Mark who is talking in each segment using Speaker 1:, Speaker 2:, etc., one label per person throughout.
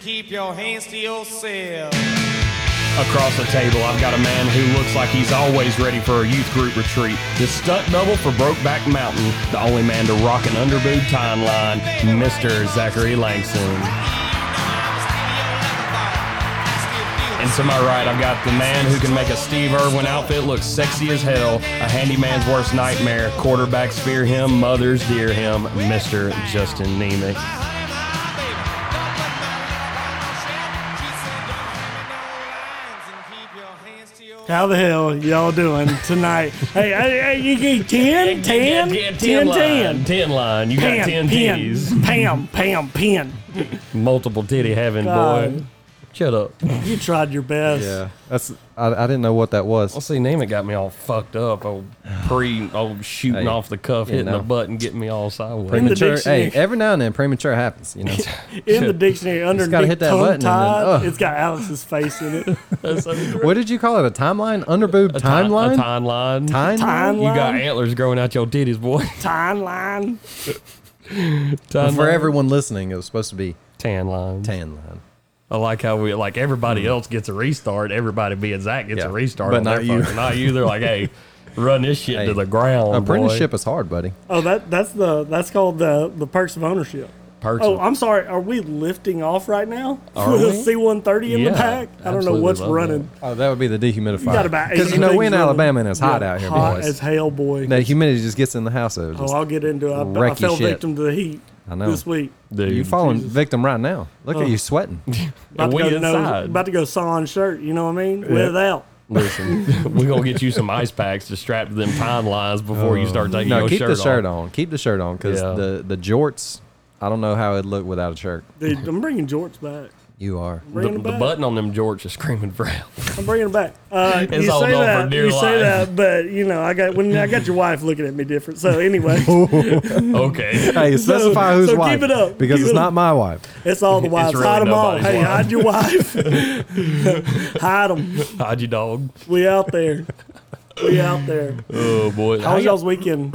Speaker 1: Keep your hands to yourself.
Speaker 2: Across the table, I've got a man who looks like he's always ready for a youth group retreat. The stunt double for Brokeback Mountain, the only man to rock an underboob timeline, Mr. Zachary Langston. And to my right, I've got the man who can make a Steve Irwin outfit look sexy as hell, a handyman's worst nightmare, quarterbacks fear him, mothers dear him, Mr. Justin Nemec.
Speaker 3: How the hell y'all doing tonight? hey, hey, hey, you get 10, 10, 10, 10,
Speaker 2: line. 10 line. You got 10
Speaker 3: Pam,
Speaker 2: titties.
Speaker 3: pam, pam, pam, pin.
Speaker 2: Multiple titty heaven, boy.
Speaker 3: God.
Speaker 2: Shut up.
Speaker 3: You tried your best.
Speaker 4: Yeah, that's I, I didn't know what that
Speaker 2: Well,
Speaker 4: was.
Speaker 2: see, Neiman got me all fucked up. Old pre, old shooting
Speaker 4: Hey,
Speaker 2: off the cuff,
Speaker 4: you
Speaker 2: hitting
Speaker 4: know.
Speaker 2: the button, getting me all sideways.
Speaker 3: In the
Speaker 4: Premature. Hey,
Speaker 3: dictionary.
Speaker 4: every now and then premature happens. You know,
Speaker 3: In the dictionary, under
Speaker 4: gotta hit that button
Speaker 3: tongue
Speaker 4: and then, ugh.
Speaker 3: tied, it's got Alex's face in it.
Speaker 4: what did you call it? A timeline? Underboob timeline?
Speaker 2: A timeline.
Speaker 4: Timeline?
Speaker 3: Timeline.
Speaker 2: You got antlers growing out your titties, boy.
Speaker 3: Timeline.
Speaker 2: Timeline.
Speaker 4: For everyone listening, it was supposed to be
Speaker 2: Tan line.
Speaker 4: tan line.
Speaker 2: I like how we like everybody else gets a restart. Everybody being Zach gets
Speaker 4: Yeah,
Speaker 2: a restart,
Speaker 4: but
Speaker 2: on their
Speaker 4: not you.
Speaker 2: fucking- Not you. They're like, hey, run this shit to
Speaker 4: Hey,
Speaker 2: the ground.
Speaker 4: Apprenticeship
Speaker 2: boy.
Speaker 4: is hard, buddy.
Speaker 3: Oh, that that's the that's called the the perks of ownership.
Speaker 2: Perks
Speaker 3: Oh,
Speaker 2: of-
Speaker 3: I'm sorry. Are we lifting off right now?
Speaker 2: Are
Speaker 3: With a
Speaker 2: we?
Speaker 3: C-130 in
Speaker 2: Yeah,
Speaker 3: the back. I don't know
Speaker 2: absolutely
Speaker 3: what's
Speaker 2: love that.
Speaker 3: running.
Speaker 4: Oh, that would be the dehumidifier.
Speaker 3: You got about eight
Speaker 4: you know we
Speaker 3: things
Speaker 4: in
Speaker 3: running.
Speaker 4: Alabama and it's hot
Speaker 3: Yeah,
Speaker 4: out here,
Speaker 3: hot
Speaker 4: boys.
Speaker 3: as hell, boy.
Speaker 4: That humidity just gets in the house. Though,
Speaker 3: Oh,
Speaker 4: just,
Speaker 3: I'll get into it. I, I
Speaker 4: wreck your
Speaker 3: fell
Speaker 4: shit.
Speaker 3: victim to the heat
Speaker 4: I know.
Speaker 3: this week.
Speaker 2: Dude,
Speaker 4: you falling victim right now.
Speaker 3: Oh.
Speaker 4: Look at you sweating.
Speaker 3: About to,
Speaker 2: we
Speaker 3: go, to know-
Speaker 2: inside.
Speaker 3: about to go sans shirt, you know what I mean? Without.
Speaker 2: Listen, we're gonna get you some ice packs to strap to them timelines before you start taking
Speaker 4: no,
Speaker 2: your
Speaker 4: Oh. keep
Speaker 2: shirt
Speaker 4: the shirt
Speaker 2: off.
Speaker 4: on. Keep the shirt on because
Speaker 2: Yeah.
Speaker 4: the the jorts. I don't know how it'd look without a shirt.
Speaker 3: Dude, I'm bringing jorts back.
Speaker 4: You are.
Speaker 3: I'm
Speaker 2: The,
Speaker 3: bringing
Speaker 2: the
Speaker 3: them back.
Speaker 2: button on them jorts is screaming for help.
Speaker 3: I'm bringing it back. Uh,
Speaker 2: It's
Speaker 3: you
Speaker 2: all
Speaker 3: say
Speaker 2: gone for
Speaker 3: that,
Speaker 2: dear
Speaker 3: you say
Speaker 2: life.
Speaker 3: that, but you know, I got when I got your wife looking at me different. So anyway,
Speaker 2: Okay,
Speaker 4: Hey, specify whose
Speaker 3: so keep
Speaker 4: wife
Speaker 3: it up.
Speaker 4: because
Speaker 3: Keep
Speaker 4: it's
Speaker 3: it
Speaker 4: not
Speaker 3: up.
Speaker 4: my wife.
Speaker 3: it's all the wives.
Speaker 2: really
Speaker 3: hide them all.
Speaker 2: nobody's
Speaker 3: Hey,
Speaker 2: wife.
Speaker 3: hide your wife. hide them.
Speaker 2: hide your dog.
Speaker 3: We out there. We out there.
Speaker 2: Oh boy,
Speaker 3: How was y'all's weekend?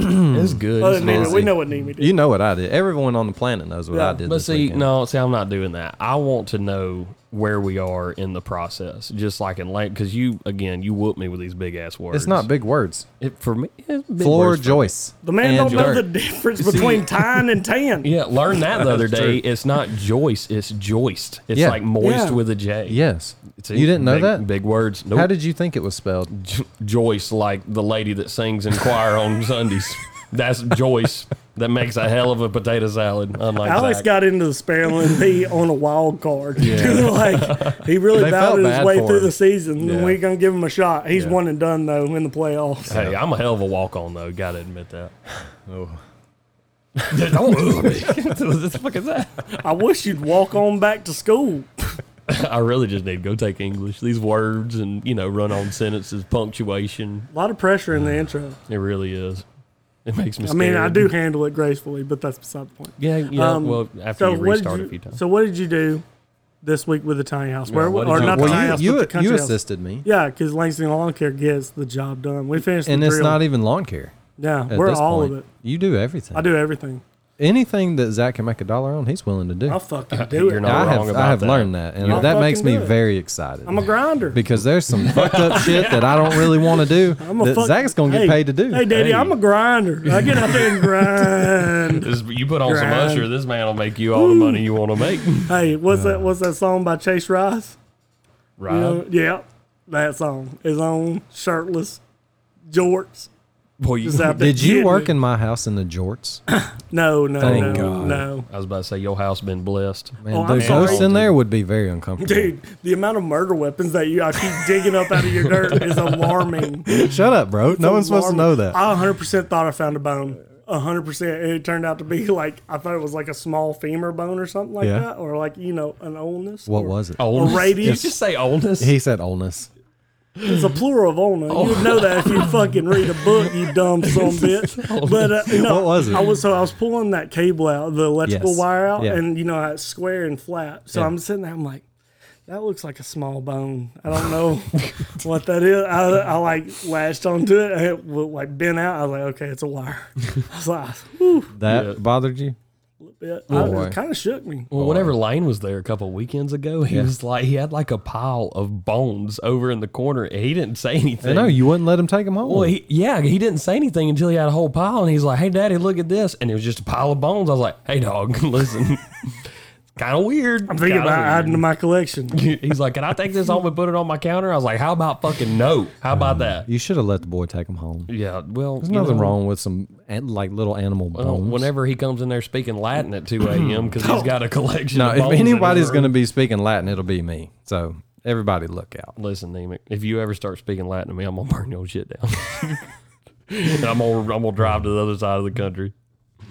Speaker 3: Other
Speaker 4: Hmm.
Speaker 2: It's good.
Speaker 3: than Nemi, we know what Nemi did.
Speaker 4: You know what I did. Everyone on the planet knows what I
Speaker 3: Yeah,
Speaker 4: did.
Speaker 2: But
Speaker 4: this
Speaker 2: see,
Speaker 4: weekend.
Speaker 2: no, see, I'm not doing that. I want to know where we are in the process, just like in late, because you again, you whoop me with these big ass words.
Speaker 4: it's not big words.
Speaker 2: It, for me. It's big
Speaker 4: Floor
Speaker 2: words for-
Speaker 4: joists.
Speaker 3: The man
Speaker 4: and
Speaker 3: don't know the
Speaker 4: dirt.
Speaker 3: difference between tine and tan.
Speaker 2: Yeah, learned that the other
Speaker 4: That's
Speaker 2: day.
Speaker 4: true.
Speaker 2: It's not Joyce, it's joist. It's
Speaker 4: Yeah.
Speaker 2: like moist
Speaker 3: Yeah.
Speaker 2: with a J.
Speaker 4: Yes,
Speaker 2: See,
Speaker 4: you didn't know
Speaker 2: big-
Speaker 4: that.
Speaker 2: Big words. Nope.
Speaker 4: How did you think it was spelled?
Speaker 2: J- Joyce like the lady that sings in choir on Sundays. That's Joyce that makes a hell of a potato salad. Unlike
Speaker 3: Alex
Speaker 2: Zach.
Speaker 3: got into the Sparrowland P on a wild card. Dude, like he really
Speaker 4: They felt
Speaker 3: battled his
Speaker 4: bad
Speaker 3: way
Speaker 4: for
Speaker 3: through
Speaker 4: him.
Speaker 3: the season.
Speaker 4: Yeah.
Speaker 3: and We're gonna give him a shot. He's
Speaker 2: Yeah.
Speaker 3: one and done though in the playoffs.
Speaker 2: Hey, I'm a hell of a walk on though. Got to admit that. Oh. Don't move me. what the fuck is that?
Speaker 3: I wish you'd walk on back to school.
Speaker 2: I really just need to go take English. These words and you know run on sentences, punctuation.
Speaker 3: A lot of pressure in the intro.
Speaker 2: It really is. It makes me.
Speaker 3: I mean, I
Speaker 2: scared.
Speaker 3: do handle it gracefully, but that's beside the point.
Speaker 2: Yeah, yeah.
Speaker 3: Um,
Speaker 2: well, after
Speaker 3: So
Speaker 2: you
Speaker 3: what,
Speaker 2: restart
Speaker 3: did
Speaker 2: a few
Speaker 3: you,
Speaker 2: times.
Speaker 3: so what did you do this week with the tiny house? Where,
Speaker 2: what did
Speaker 3: or
Speaker 2: you
Speaker 3: not
Speaker 2: do?
Speaker 3: the tiny
Speaker 4: Well,
Speaker 3: house,
Speaker 4: you
Speaker 3: but
Speaker 4: you,
Speaker 3: the country
Speaker 4: you
Speaker 3: house.
Speaker 4: assisted me,
Speaker 3: Yeah, because Langston Lawn Care gets the job done. We finished
Speaker 4: and
Speaker 3: the
Speaker 4: it's
Speaker 3: drill.
Speaker 4: not even lawn care.
Speaker 3: yeah,
Speaker 4: At
Speaker 3: we're
Speaker 4: this
Speaker 3: all
Speaker 4: point.
Speaker 3: of it.
Speaker 4: You do everything.
Speaker 3: I do everything.
Speaker 4: anything that Zach can make a dollar on. He's willing to do.
Speaker 3: I'll fucking do it.
Speaker 2: You're not
Speaker 4: I
Speaker 2: wrong
Speaker 4: have
Speaker 2: about
Speaker 4: I have
Speaker 2: that.
Speaker 4: learned that, and
Speaker 3: I'll
Speaker 4: that makes
Speaker 3: fucking
Speaker 4: me
Speaker 3: do it.
Speaker 4: very excited.
Speaker 3: I'm a grinder.
Speaker 4: because there's some fucked up shit that I don't really want to do
Speaker 3: I'm a
Speaker 4: that
Speaker 3: fuck-
Speaker 4: Zach's gonna get
Speaker 3: Hey,
Speaker 4: paid to do.
Speaker 3: Hey, Daddy,
Speaker 2: Hey.
Speaker 3: I'm a grinder. I get out there and grind.
Speaker 2: This- you put on some
Speaker 3: Grind.
Speaker 2: usher, this man will make you all the money you want to make.
Speaker 3: hey, what's that? What's that song by Chase Rice?
Speaker 2: Right?
Speaker 3: You
Speaker 4: Uh-huh.
Speaker 3: know, yeah, that song is on shirtless jorts.
Speaker 2: Boy, you,
Speaker 3: Is out there
Speaker 4: Did you
Speaker 3: getting
Speaker 4: work
Speaker 3: it.
Speaker 4: in my house in the jorts?
Speaker 3: No, no,
Speaker 4: Thank
Speaker 3: no,
Speaker 4: God.
Speaker 3: no.
Speaker 2: I was about to say your house been blessed.
Speaker 4: Man,
Speaker 3: Oh, I'm
Speaker 4: those
Speaker 3: sorry.
Speaker 4: ghosts in there would be very uncomfortable.
Speaker 3: Dude, the amount of murder weapons that you I keep digging up out of your dirt is alarming.
Speaker 4: Shut up, bro. No one's supposed to know
Speaker 3: alarming.
Speaker 4: that.
Speaker 3: I 100% thought I found a bone. 100%. And it turned out to be like, I thought it was like a small femur bone or something like
Speaker 4: Yeah.
Speaker 3: that, or like, you know, an oldness.
Speaker 4: What
Speaker 3: or-
Speaker 4: was it?
Speaker 2: Oldness?
Speaker 3: radius.
Speaker 2: Did you just say oldness?
Speaker 4: He said oldness.
Speaker 3: It's a plural of owner.
Speaker 4: Oh.
Speaker 3: You'd know that if you fucking read a book, you dumb son of a bitch. But uh, no,
Speaker 4: What was it?
Speaker 3: I was so I was pulling that cable out, the electrical
Speaker 4: Yes.
Speaker 3: wire out,
Speaker 4: Yeah.
Speaker 3: and you know it's square and flat. So
Speaker 4: Yeah.
Speaker 3: I'm sitting there, I'm like, that looks like a small bone. I don't know what that is. I, I like latched onto it, and it would like bent out. I was like, okay, it's a wire. I was like, whew,
Speaker 4: That
Speaker 2: Yeah.
Speaker 4: bothered you?
Speaker 3: bit. I,
Speaker 4: Boy.
Speaker 3: it kind of shook me.
Speaker 2: Well, whenever Lane was there a couple of weekends ago, he was like he had like a pile of bones over in the corner. and He didn't say
Speaker 4: I
Speaker 2: anything.
Speaker 4: know you wouldn't let him take him home.
Speaker 2: Well, he, yeah, he didn't say anything until he had a whole pile, and he's like, "Hey, Daddy, look at this," and it was just a pile of bones. I was like, "Hey, dog, listen, kind of weird."
Speaker 3: I'm thinking about adding to my collection.
Speaker 2: He's like, "Can I take this home and put it on my counter?" I was like, "How about fucking no? How about that?"
Speaker 4: you should have let the boy take him home.
Speaker 2: Yeah, well,
Speaker 4: Mm. There's nothing wrong with some an- like little animal bones.
Speaker 2: Whenever he comes in there speaking Latin at 2 a.m. because he's got a collection.
Speaker 4: no,
Speaker 2: of
Speaker 4: if
Speaker 2: bones in his
Speaker 4: anybody's
Speaker 2: room.
Speaker 4: going to be speaking Latin, it'll be me. So everybody, look out.
Speaker 2: Listen, Nemec, if you ever start speaking Latin to me, I'm gonna burn your shit down. and I'm gonna I'm gonna drive to the other side of the country.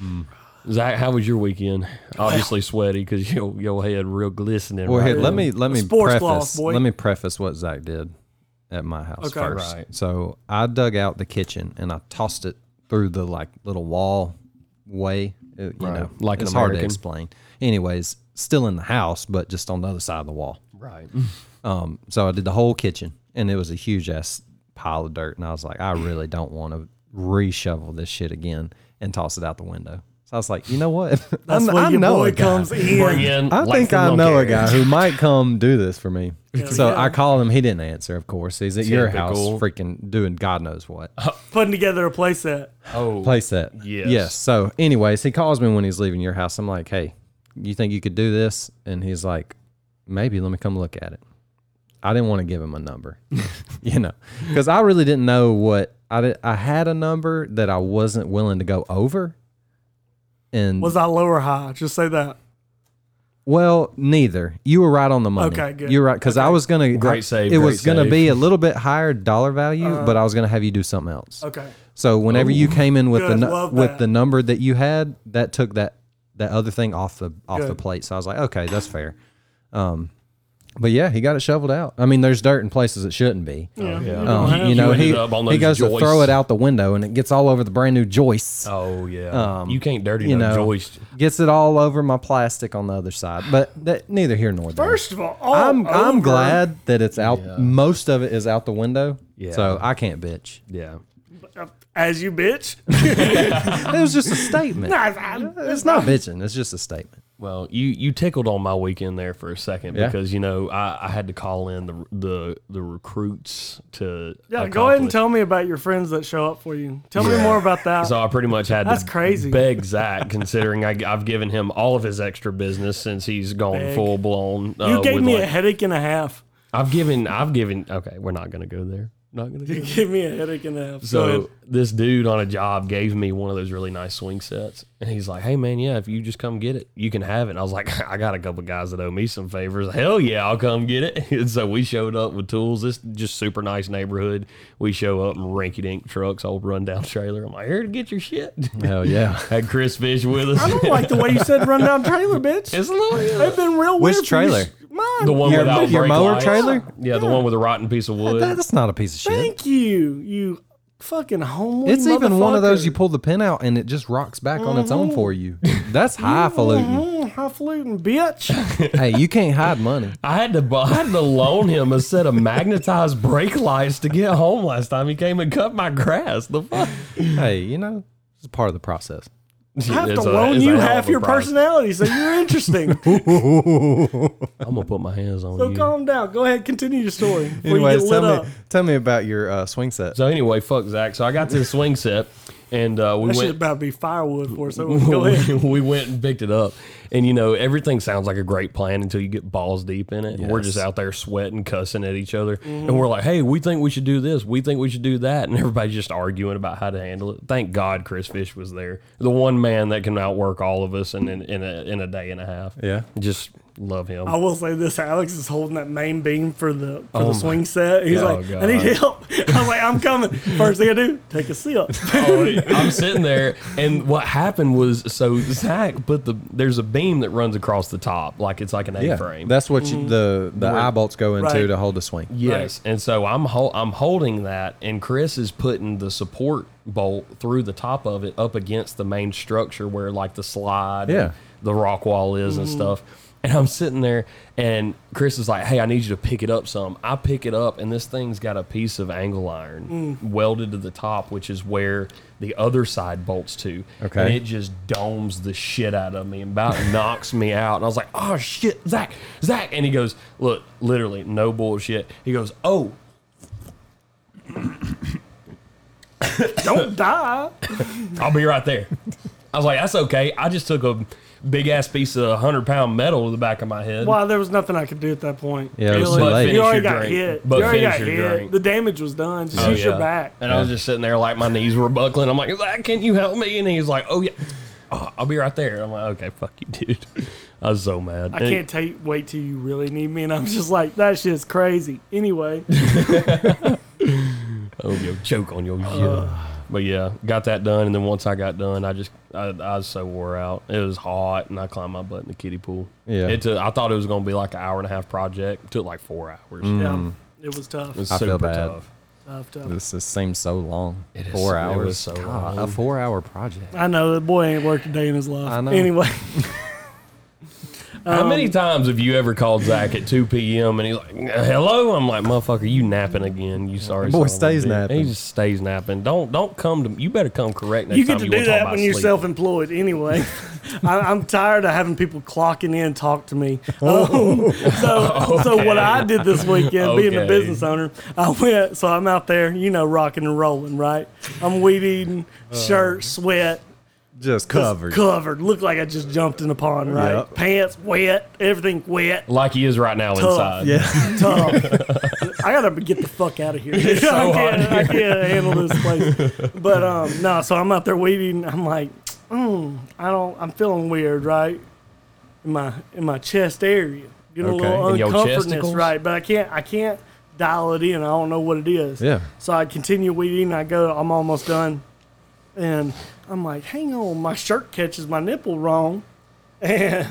Speaker 2: Mm. Zach, how was your weekend? Obviously sweaty because your your head real glistening.
Speaker 4: Well,
Speaker 2: right
Speaker 4: here, let me let me
Speaker 3: Sports
Speaker 4: preface
Speaker 3: cloth, boy.
Speaker 4: let me preface what Zach did at my house
Speaker 3: Okay.
Speaker 4: first.
Speaker 2: Right.
Speaker 4: So I dug out the kitchen and I tossed it through the like little wall way. uh, you
Speaker 2: Right.
Speaker 4: know,
Speaker 2: Like an
Speaker 4: it's hard to
Speaker 2: American.
Speaker 4: explain. Anyways, still in the house, but just on the other side of the wall.
Speaker 2: right.
Speaker 4: Um, so I did the whole kitchen, and it was a huge ass pile of dirt. And I was like, I really don't want to reshovel this shit again and toss it out the window. So I was like, you know what?
Speaker 3: That's
Speaker 4: I,
Speaker 3: when
Speaker 4: I
Speaker 3: your
Speaker 4: know
Speaker 3: boy
Speaker 4: a guy.
Speaker 3: comes
Speaker 2: Bring
Speaker 3: in.
Speaker 2: in
Speaker 4: I think
Speaker 2: Latin
Speaker 4: I know a
Speaker 2: monkey.
Speaker 4: guy who might come do this for me. so
Speaker 3: Yeah.
Speaker 4: I called him. He didn't answer, of course. He's at your house,
Speaker 2: Typical.
Speaker 4: freaking doing God knows what.
Speaker 3: putting together a playset.
Speaker 2: Oh,
Speaker 4: Play set.
Speaker 2: Yes.
Speaker 4: Yes. So, anyways, he calls me when he's leaving your house. I'm like, hey, you think you could do this? And he's like, maybe let me come look at it. I didn't want to give him a number, you know, because I really didn't know what I did. I had a number that I wasn't willing to go over. And
Speaker 3: Was I low or high? Just say that.
Speaker 4: Well, neither. You were right on the money.
Speaker 3: Okay, good.
Speaker 4: You're right because I was gonna
Speaker 2: Great
Speaker 4: I-
Speaker 2: save,
Speaker 4: It
Speaker 2: great
Speaker 4: was gonna
Speaker 2: save.
Speaker 4: be a little bit higher dollar value, but I was gonna have you do something else.
Speaker 3: Uh, Okay. Oh,
Speaker 4: So whenever you came in with the
Speaker 3: Good,
Speaker 4: nu-
Speaker 3: love
Speaker 4: with
Speaker 3: that.
Speaker 4: the number that you had, that took that that other thing off the off the
Speaker 3: Good.
Speaker 4: plate. So I was like, okay, that's fair. Um, but yeah, he got it shoveled out. I mean, there's dirt in places it shouldn't be.
Speaker 2: Oh, yeah.
Speaker 4: Um, you know,
Speaker 2: ended
Speaker 4: he,
Speaker 2: up on
Speaker 4: he
Speaker 2: those
Speaker 4: goes to throw
Speaker 2: joists.
Speaker 4: it out the window and it gets all over the brand new joists
Speaker 2: Oh yeah. you can't dirty
Speaker 4: Um, you
Speaker 2: no
Speaker 4: know,
Speaker 2: joist.
Speaker 4: gets it all over my plastic on the other side. But that, neither here nor there.
Speaker 3: First of all, all
Speaker 4: I'm I'm
Speaker 3: over-
Speaker 4: glad that it's out. Most of it is out the window.
Speaker 2: Yeah.
Speaker 4: So I can't bitch.
Speaker 2: Yeah.
Speaker 3: As you bitch.
Speaker 4: It was just a statement.
Speaker 3: I- I-
Speaker 4: it's not bitching. It's just a statement.
Speaker 2: Well, you you tickled on my weekend there for a second
Speaker 4: Yeah.
Speaker 2: because you know I, I had to call in the the the recruits to
Speaker 3: yeah, go ahead and
Speaker 2: accomplish-
Speaker 3: tell me about your friends that show up for you. Tell me more about that.
Speaker 2: So I pretty much had
Speaker 3: That's
Speaker 2: to
Speaker 3: crazy.
Speaker 2: beg Zach, considering I, I've given him all of his extra business since he's gone
Speaker 3: Beg.
Speaker 2: full blown. Uh,
Speaker 3: you gave
Speaker 2: with
Speaker 3: me a
Speaker 2: like-
Speaker 3: headache and a half.
Speaker 2: I've given. I've given. Okay, we're not gonna go there. Not gonna. Go
Speaker 3: You
Speaker 2: there.
Speaker 3: gave me a headache and a half. go ahead.
Speaker 2: So this dude on a job gave me one of those really nice swing sets, and he's like, "Hey man, yeah, if you just come get it, you can have it." And I was like, "I got a couple guys that owe me some favors. Hell yeah, I'll come get it." And so we showed up with tools. This just super nice neighborhood. We show up in rinky dink trucks, old rundown trailer. I'm like, "Here to get your shit."
Speaker 4: Hell yeah.
Speaker 2: Had Chris Fish with us.
Speaker 3: I don't like the way you said rundown trailer, bitch.
Speaker 2: It's a little-
Speaker 3: They've been real
Speaker 4: Which
Speaker 3: weird for you.
Speaker 4: trailer?
Speaker 3: Mine.
Speaker 2: the one
Speaker 4: Your-
Speaker 2: without
Speaker 4: your
Speaker 2: brake
Speaker 4: mower
Speaker 2: lights.
Speaker 4: trailer?
Speaker 2: Yeah, the one with a rotten piece of wood.
Speaker 4: That's not a piece of shit.
Speaker 3: Thank you, you fucking homely.
Speaker 4: It's even one of those you
Speaker 3: motherfucker.
Speaker 4: pull the pin out and it just rocks back on its own for you. That's highfalutin.
Speaker 3: Mm, highfalutin bitch.
Speaker 4: hey, you can't hide money.
Speaker 2: I had to bu- I had to loan him a set of magnetized brake lights to get home last time he came and cut my grass. The fuck.
Speaker 4: Hey, you know, it's part of the process.
Speaker 3: I have to loan you half your personality, so you're interesting.
Speaker 2: I'm gonna put my hands on
Speaker 3: so
Speaker 2: you.
Speaker 3: calm down. Go ahead, continue your story. Before
Speaker 4: Anyways,
Speaker 3: you get lit
Speaker 4: tell
Speaker 3: up.
Speaker 4: me, tell me about your uh, swing set.
Speaker 2: So anyway, fuck Zach. So I got to the swing set, and uh, we
Speaker 3: That shit
Speaker 2: went.
Speaker 3: about to be firewood for us. So go ahead.
Speaker 2: we went and picked it up. And you know, everything sounds like a great plan until you get balls deep in it. And we're just out there sweating, cussing at each other.
Speaker 3: Mm-hmm.
Speaker 2: And we're like, hey, we think we should do this. We think we should do that. And everybody's just arguing about how to handle it. Thank God Chris Fish was there. The one man that can outwork all of us in, in, in, a, in a day and a half.
Speaker 4: Yeah.
Speaker 2: Just love him.
Speaker 3: I will say this: Alex is holding that main beam for the for
Speaker 2: my-
Speaker 3: the swing set. He's
Speaker 2: Oh,
Speaker 3: like,
Speaker 2: God.
Speaker 3: "I need help." I was like, "I'm coming." First thing I do, take a sip.
Speaker 4: Oh,
Speaker 2: I'm sitting there, and what happened was so Zach put the there's a beam that runs across the top, like it's like an
Speaker 4: Yeah,
Speaker 2: A-frame.
Speaker 4: that's what you, the the eye bolts go into
Speaker 3: Mm-hmm. Right.
Speaker 4: to hold the swing.
Speaker 2: Yes, and so I'm hol- I'm holding that, and Chris is putting the support bolt through the top of it up against the main structure where like the slide, and
Speaker 4: Yeah.
Speaker 2: the rock wall is and stuff. And I'm sitting there, and Chris is like, "Hey, I need you to pick it up some." I pick it up, and this thing's got a piece of angle iron welded to the top, which is where the other side bolts to.
Speaker 4: Okay.
Speaker 2: And it just domes the shit out of me and about knocks me out. And I was like, "Oh shit, Zach, Zach!" And he goes, "Look, literally, no bullshit." He goes, "Oh,
Speaker 3: Don't die.
Speaker 2: I'll be right there. I was like, that's okay. I just took a big ass piece of 100 pound metal to the back of my head.
Speaker 3: Well, there was nothing I could do at that point.
Speaker 4: Yeah, it was
Speaker 3: Really.
Speaker 4: too late.
Speaker 3: You already
Speaker 2: Finish your
Speaker 3: got
Speaker 2: drink.
Speaker 3: hit.
Speaker 2: But
Speaker 3: you already
Speaker 2: finish
Speaker 3: got
Speaker 2: your
Speaker 3: hit.
Speaker 2: drink.
Speaker 3: The damage was done. Just
Speaker 2: Oh,
Speaker 3: use your
Speaker 2: yeah.
Speaker 3: back.
Speaker 2: And I was just sitting there like my knees were buckling. I'm like, Zach, can you help me? And he's like, oh, yeah. Oh, I'll be right there. I'm like, okay, fuck you, dude. I was so mad.
Speaker 3: I can't take wait till you really need me, and I'm just like that shit's crazy. Anyway,
Speaker 2: Hmm. Oh, yo, choke on your But yeah, got that done. And then once I got done, I just, I, I was so wore out. It was hot, and I climbed my butt in the kiddie pool.
Speaker 4: Yeah.
Speaker 2: It took, I thought it was going to be like an hour and a half project. took like four hours.
Speaker 3: yeah, it was tough.
Speaker 2: It was
Speaker 4: I feel
Speaker 2: super
Speaker 4: bad.
Speaker 2: tough.
Speaker 3: tough, tough.
Speaker 4: This just seems so long.
Speaker 2: It is-
Speaker 4: four
Speaker 2: it
Speaker 4: hours.
Speaker 2: was so
Speaker 4: God,
Speaker 2: long.
Speaker 4: A four hour project.
Speaker 3: I know the boy ain't worked a day in his life.
Speaker 4: I know.
Speaker 3: Anyway,
Speaker 2: How many
Speaker 4: Um,
Speaker 2: times have you ever called Zach at 2 p.m. and he's like, "Hello"? I'm like, "Motherfucker, you napping again? You sorry?" son
Speaker 4: Boy
Speaker 2: of a
Speaker 4: stays
Speaker 2: bitch."
Speaker 4: napping.
Speaker 2: He just stays napping. Don't don't come to. You better come correct next
Speaker 3: you get
Speaker 2: time
Speaker 3: to
Speaker 2: you
Speaker 3: do
Speaker 2: wanna talk
Speaker 3: that
Speaker 2: about
Speaker 3: when you're
Speaker 2: sleep.
Speaker 3: self-employed. Anyway, I, I'm tired of having people clocking in talk to me. Um, so, so what I did this weekend, being a
Speaker 2: Oh, Okay.
Speaker 3: business owner, I went. So I'm out there, you know, rocking and rolling, right? I'm weed eating,
Speaker 2: Uh.
Speaker 3: shirt, sweat,
Speaker 4: Just covered.
Speaker 3: covered. Looked like I just jumped in a pond, right?
Speaker 4: Yep.
Speaker 3: Pants wet, everything wet.
Speaker 2: Like he is right now inside.
Speaker 4: yeah.
Speaker 3: Tom, um, I gotta get the fuck out of here. uh,
Speaker 2: so
Speaker 3: I, can't,
Speaker 2: hot
Speaker 3: I can't handle this place. But um, no, so I'm out there waiting. I'm like, mm, I don't. I'm feeling weird, right? In my in my chest area, you know,
Speaker 4: Okay.
Speaker 3: a
Speaker 2: In your
Speaker 3: little uncomfortness,
Speaker 2: chesticles?
Speaker 3: right? But I can't. I can't dial it in. I don't know what it is.
Speaker 4: Yeah.
Speaker 3: So I continue weeding. I go. I'm almost done, and I'm like, hang on, my shirt catches my nipple wrong, and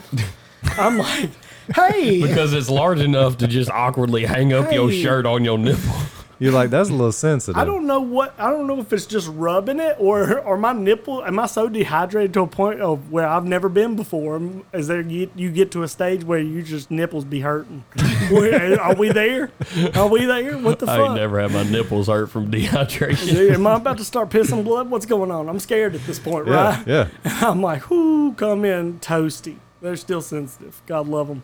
Speaker 3: I'm like, hey.
Speaker 2: Because it's large enough to just awkwardly hang up your
Speaker 3: Hey.
Speaker 2: shirt on your nipple.
Speaker 4: You're like, that's a little sensitive.
Speaker 3: I don't know what I don't know if it's just rubbing it or or my nipple. Am I so dehydrated to a point of where I've never been before? M- Is there you, you get to a stage where you just nipples be hurting? Where- are we there? Are we there? What the
Speaker 2: I ain't
Speaker 3: fuck?
Speaker 2: never had my nipples hurt from dehydration.
Speaker 3: Dude, am I about to start pissing blood? What's going on? I'm scared at this point,
Speaker 4: Yeah.
Speaker 3: right?
Speaker 4: Yeah.
Speaker 3: I'm like, whoo, come in toasty. They're still sensitive. God love them.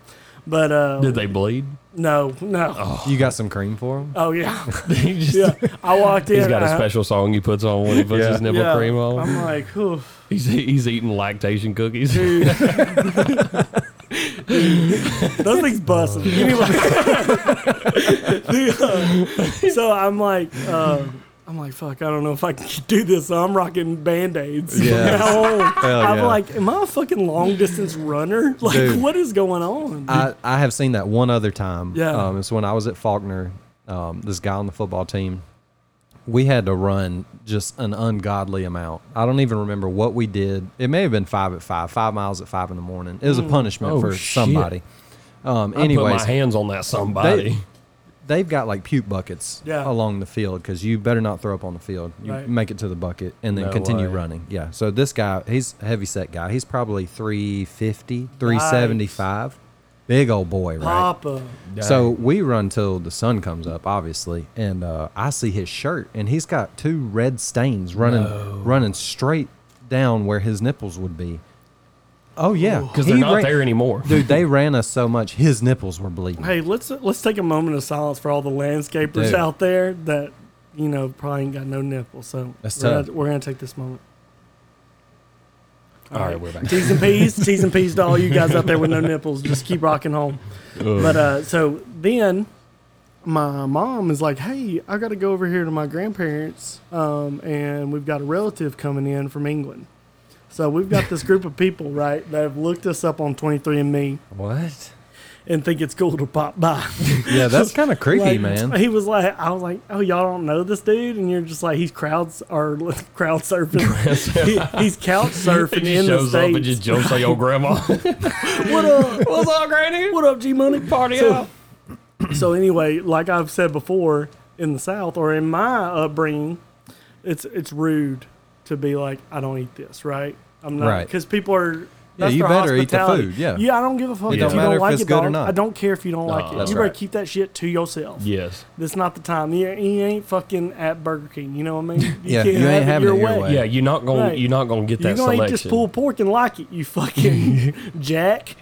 Speaker 3: But uh,
Speaker 2: Did they bleed?
Speaker 3: no, no. Oh,
Speaker 4: You got some cream for him?
Speaker 3: yeah,
Speaker 2: He just,
Speaker 3: yeah. I walked in.
Speaker 2: He's got a
Speaker 3: I-
Speaker 2: special song he puts on when he puts
Speaker 4: Yeah.
Speaker 2: his nipple
Speaker 3: yeah,
Speaker 2: cream on.
Speaker 3: I'm like, whew.
Speaker 2: He's, he's eating lactation cookies.
Speaker 3: Dude. Those things
Speaker 4: Uh.
Speaker 3: busting. Anyway, The, uh, so I'm like, uh, I'm like, fuck, I don't know if I can do this. So I'm rocking band aids.
Speaker 4: Yeah. Hell
Speaker 3: I'm
Speaker 4: yeah.
Speaker 3: like, am I a fucking long distance runner? Like,
Speaker 4: Dude.
Speaker 3: what is going on?
Speaker 4: I, I have seen that one other time.
Speaker 3: Yeah.
Speaker 4: Um, it's when I was at Faulkner. Um, this guy on the football team, we had to run just an ungodly amount. I don't even remember what we did. It may have been five at five, five miles at five in the morning. It was a
Speaker 3: Mm.
Speaker 4: punishment
Speaker 2: Oh,
Speaker 4: for
Speaker 2: shit.
Speaker 4: somebody. Um,
Speaker 2: I
Speaker 4: anyways,
Speaker 2: put my hands on that somebody.
Speaker 4: they've got like puke buckets
Speaker 3: Yeah.
Speaker 4: along the field because you better not throw up on the field. You
Speaker 3: Right.
Speaker 4: make it to the bucket and then
Speaker 2: No
Speaker 4: continue
Speaker 2: way.
Speaker 4: running. Yeah. So this guy, he's a heavy set guy. He's probably 350, 375. Big old boy, right?
Speaker 3: Papa.
Speaker 4: So we run till the sun comes up, obviously, and uh, I see his shirt, and he's got two red stains running, running straight down where his nipples would be. Oh yeah,
Speaker 2: Because
Speaker 4: He
Speaker 2: they're not
Speaker 4: ran-
Speaker 2: there anymore.
Speaker 4: Dude, they ran us so much, his nipples were bleeding.
Speaker 3: Hey, let's let's take a moment of silence for all the landscapers
Speaker 4: Dude.
Speaker 3: out there that you know probably ain't got no nipples. So
Speaker 4: That's
Speaker 3: we're,
Speaker 4: tough.
Speaker 3: Gonna, we're gonna take this moment.
Speaker 2: All right, we're back.
Speaker 3: T's and P's, T's and P's to all you guys out there with no nipples. Just keep rocking home. But uh, so then my mom is like, hey, I got to go over here to my grandparents, um, and we've got a relative coming in from England. So we've got this group of people, right, that have looked us up on 23andMe
Speaker 4: What?
Speaker 3: and think it's cool to pop by.
Speaker 4: Yeah, that's kind of creepy,
Speaker 3: Like,
Speaker 4: man.
Speaker 3: He was like, I was like, oh, y'all don't know this dude, and you're just like, he's crowds or crowd surfing. He- he's couch surfing
Speaker 2: He
Speaker 3: in
Speaker 2: just
Speaker 3: the
Speaker 2: shows up and
Speaker 3: states.
Speaker 2: just jumps on your grandma.
Speaker 3: what up?
Speaker 2: What's up, Granny?
Speaker 3: What up, G Money?
Speaker 2: Party
Speaker 3: So-
Speaker 2: out.
Speaker 3: so anyway, like I've said before, in the South or in my upbringing, it's it's rude to be like, I don't eat this, right? I'm not
Speaker 4: Right.
Speaker 3: because people are
Speaker 4: Yeah,
Speaker 3: That's
Speaker 4: you
Speaker 3: their
Speaker 4: better eat the
Speaker 3: hospitality.
Speaker 4: food, yeah.
Speaker 3: yeah, I don't give a fuck
Speaker 4: It
Speaker 3: if
Speaker 4: don't
Speaker 3: you
Speaker 4: matter
Speaker 3: don't
Speaker 4: if
Speaker 3: like
Speaker 4: it's
Speaker 3: it,
Speaker 4: good or
Speaker 3: dog.
Speaker 4: not.
Speaker 3: I don't care if you don't like it.
Speaker 4: that's
Speaker 3: You better
Speaker 4: right.
Speaker 3: keep that shit to yourself.
Speaker 2: Yes.
Speaker 3: That's not the time. You, you ain't fucking at Burger King. You know what I mean? You
Speaker 4: Yeah, you ain't
Speaker 3: have
Speaker 4: having it your way.
Speaker 2: Yeah, you're not gonna
Speaker 3: Right.
Speaker 2: you're not gonna get
Speaker 3: You're
Speaker 2: that
Speaker 3: gonna eat
Speaker 2: selection.
Speaker 3: this pulled pork and like it, you fucking jack.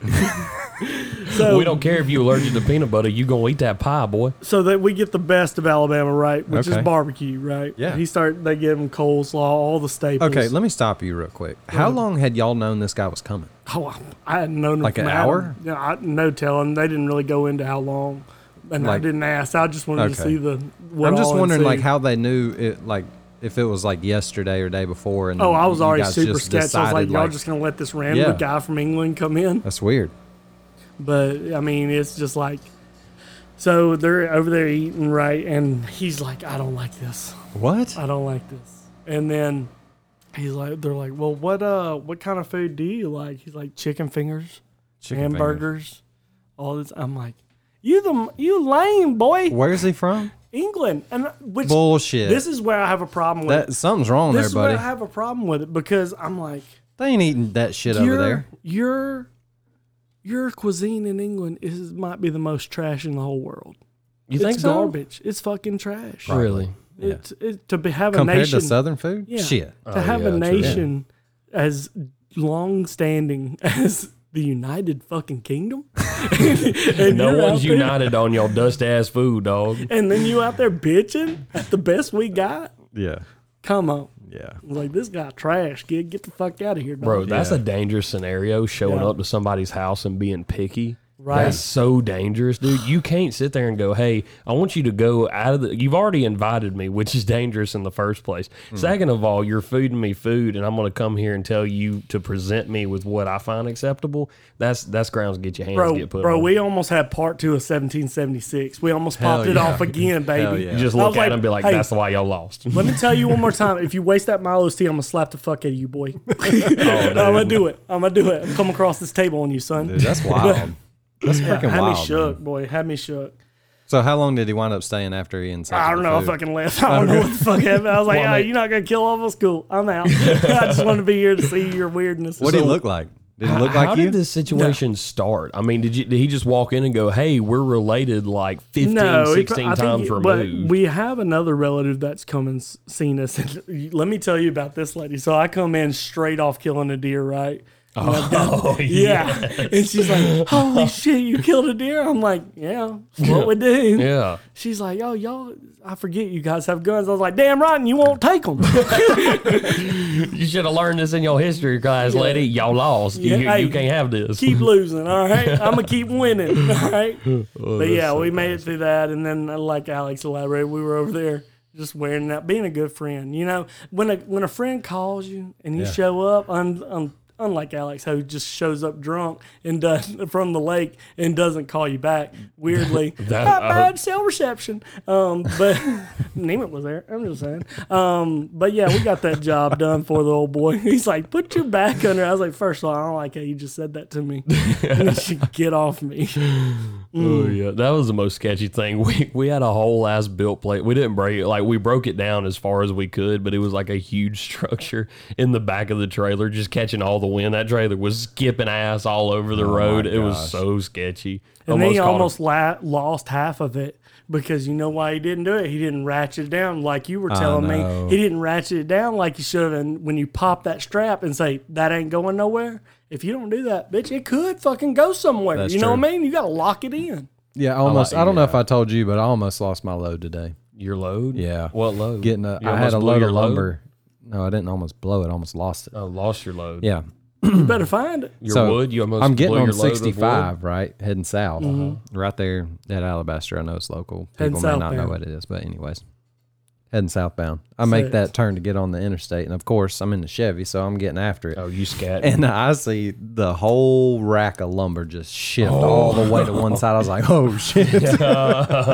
Speaker 3: so
Speaker 2: we don't care if you're allergic to peanut butter. You gonna eat that pie, boy.
Speaker 3: so that we get the best of Alabama, right? Which
Speaker 4: Okay.
Speaker 3: is barbecue, right?
Speaker 4: Yeah.
Speaker 3: He start they give him coleslaw, all the staples.
Speaker 4: Okay, let me stop you real quick. How long had y'all known this guy was coming?
Speaker 3: Oh, I- I hadn't known him
Speaker 4: Like
Speaker 3: from
Speaker 4: an
Speaker 3: Adam.
Speaker 4: hour?
Speaker 3: No, I, no telling. They didn't really go into how long, and I
Speaker 4: Like-
Speaker 3: didn't ask. I just wanted to
Speaker 4: Okay.
Speaker 3: see the. What
Speaker 4: I'm just
Speaker 3: all
Speaker 4: wondering like
Speaker 3: ensued.
Speaker 4: how they knew it like if it was like yesterday or day before and
Speaker 3: Oh, I was
Speaker 4: you
Speaker 3: already
Speaker 4: guys
Speaker 3: super
Speaker 4: just
Speaker 3: sketched. I was like,
Speaker 4: decided,
Speaker 3: y'all just gonna let this random
Speaker 4: Yeah.
Speaker 3: guy from England come in?
Speaker 4: That's weird.
Speaker 3: But I mean, it's just like, so they're over there eating right, and he's like, I don't like this.
Speaker 4: What?
Speaker 3: I don't like this. And then he's like, they're like, well, what uh, what kind of food do you like? He's like, chicken fingers,
Speaker 4: Chicken fingers.
Speaker 3: hamburgers, all this. I'm like, you the you lame boy,
Speaker 4: Where's he from?
Speaker 3: England, and which
Speaker 4: Bullshit.
Speaker 3: This is where I have a problem with. it.
Speaker 4: that something's wrong
Speaker 3: This
Speaker 4: there,
Speaker 3: is where
Speaker 4: buddy.
Speaker 3: I have a problem with it because I'm like.
Speaker 4: they ain't eating that shit over there.
Speaker 3: Your your cuisine in England is might be the most trash in the whole world.
Speaker 2: You
Speaker 3: it's
Speaker 2: think so?
Speaker 3: garbage. It's fucking trash.
Speaker 2: Really?
Speaker 4: Yeah.
Speaker 3: It's it, to be, have a
Speaker 4: Compared
Speaker 3: nation
Speaker 4: to Southern food?
Speaker 3: Yeah. Uh,
Speaker 4: Shit.
Speaker 3: to have
Speaker 2: Oh, yeah,
Speaker 3: a
Speaker 2: true.
Speaker 3: nation as long standing as the United fucking Kingdom. and
Speaker 2: No
Speaker 3: you're out
Speaker 2: one's
Speaker 3: there-
Speaker 2: united on your dust ass food, dog.
Speaker 3: And then you out there bitching at the best we got.
Speaker 4: Yeah.
Speaker 3: Come on.
Speaker 4: Yeah.
Speaker 3: Like this guy trash, kid. Get the fuck out of here, dog.
Speaker 2: Bro, that's
Speaker 4: Yeah.
Speaker 2: a dangerous scenario showing
Speaker 3: Yeah.
Speaker 2: up to somebody's house and being picky.
Speaker 3: Right.
Speaker 2: That's so dangerous, dude. You can't sit there and go, "Hey, I want you to go out of the." You've already invited me, which is dangerous in the first place.
Speaker 3: Hmm.
Speaker 2: Second of all, you're feeding me food, and I'm going to come here and tell you to present me with what I find acceptable. That's that's grounds to get your hands
Speaker 3: Bro,
Speaker 2: get put.
Speaker 3: bro,
Speaker 2: on.
Speaker 3: we almost had part two of 1776. We almost popped it
Speaker 4: yeah.
Speaker 3: off again,
Speaker 4: Hell
Speaker 3: baby.
Speaker 4: yeah.
Speaker 2: You just
Speaker 3: I
Speaker 2: look at
Speaker 3: was like,
Speaker 2: them and be like,
Speaker 3: "Hey."
Speaker 2: "That's why y'all lost."
Speaker 3: Let me tell you one more time. If you waste that Milo's tea, I'm gonna slap the fuck out of you, boy. I'm gonna do it. I'm gonna do it. I'm come across this table on you, son.
Speaker 4: Dude, that's wild. that's freaking
Speaker 3: had me
Speaker 4: wild.
Speaker 3: shook,
Speaker 4: man.
Speaker 3: boy. Had me shook.
Speaker 4: So how long did he wind up staying after he insulted?
Speaker 3: I don't
Speaker 4: the
Speaker 3: know. I
Speaker 4: food?
Speaker 3: fucking left. I don't know what the fuck happened. I was like,
Speaker 4: Well,
Speaker 3: oh,
Speaker 4: I mean-
Speaker 3: you're not gonna kill all of us. Cool. I'm out. I just wanted to be here to see your weirdness.
Speaker 4: What did he look like? Did he look
Speaker 2: How
Speaker 4: like
Speaker 2: did
Speaker 4: you?
Speaker 2: this situation start? I mean, did you did he just walk in and go, "Hey, we're related like 15,
Speaker 3: No, it-
Speaker 2: 16
Speaker 3: I think
Speaker 2: times
Speaker 3: it-
Speaker 2: removed"?
Speaker 3: But we have another relative that's come and s- seen us. And let me tell you about this lady. So I come in straight off killing a deer, right? And I've got-
Speaker 2: oh
Speaker 3: Yeah. And she's like, Holy shit, you killed a deer? I'm like, Yeah, it's what we do.
Speaker 2: yeah.
Speaker 3: She's like, Oh, y'all, I forget you guys have guns. I was like, Damn right, and you won't take them.
Speaker 2: You should have learned this in your history class, lady. Y'all lost.
Speaker 3: Yeah,
Speaker 2: you,
Speaker 3: hey,
Speaker 2: you can't have this.
Speaker 3: keep losing, all right? I'm going to keep winning, all right? but yeah, we made it through that. And then, uh, like Alex elaborated, we were over there. Just wearing that, being a good friend, you know. When a when a friend calls you and you show up, un, un, unlike Alex, who just shows up drunk and does from the lake and doesn't call you back. Weirdly,
Speaker 2: That-
Speaker 3: not
Speaker 2: I
Speaker 3: bad
Speaker 2: hope-
Speaker 3: cell reception. Um, but Neiman was there. I'm just saying. Um, but yeah, we got that job done for the old boy. He's like, put your back under. I was like, first of all, I don't like how you just said that to me. you should get off me.
Speaker 2: Oh yeah, that was the most sketchy thing. We we had a whole ass built plate. We didn't break it. Like we broke it down as far as we could, but it was like a huge structure in the back of the trailer, just catching all the wind. That trailer was skipping ass all over the road. It was so sketchy.
Speaker 3: And then he
Speaker 2: caught him.
Speaker 3: almost la- lost half of it because you know why he didn't do it? He didn't ratchet it down like you were telling
Speaker 4: know.
Speaker 3: me. He didn't ratchet it down like you should have. And when you pop that strap and say, that ain't going nowhere, if you don't do that, bitch, it could fucking go somewhere.
Speaker 4: That's
Speaker 3: you know
Speaker 4: true.
Speaker 3: what I mean? You got to lock it in.
Speaker 4: yeah, I almost. I don't know if I told you, but I almost lost my load today.
Speaker 2: your load.
Speaker 4: Yeah.
Speaker 2: what load?
Speaker 4: Getting a,
Speaker 2: You
Speaker 4: I
Speaker 2: almost
Speaker 4: had a
Speaker 2: blew
Speaker 4: load
Speaker 2: your
Speaker 4: of lumber. No, I didn't almost blow it. I almost lost it.
Speaker 2: Oh, lost your load.
Speaker 4: Yeah,
Speaker 3: You better find it.
Speaker 2: Your
Speaker 4: So,
Speaker 2: wood. You almost.
Speaker 4: I'm getting
Speaker 2: blew
Speaker 4: on
Speaker 2: your load of wood? Uh-huh.
Speaker 4: 65, right? Heading south. Mm-hmm. Right there at Alabaster. I know it's local. People
Speaker 3: Heading
Speaker 4: may not know
Speaker 3: southbound.
Speaker 4: what it is, but anyways. Heading southbound. I make
Speaker 3: Six.
Speaker 4: that turn to get on the interstate. And of course, I'm in the Chevy, so I'm getting after it.
Speaker 2: Oh, you scat.
Speaker 4: And I see the whole rack of lumber just shift all the way to one side. I was like, oh shit. you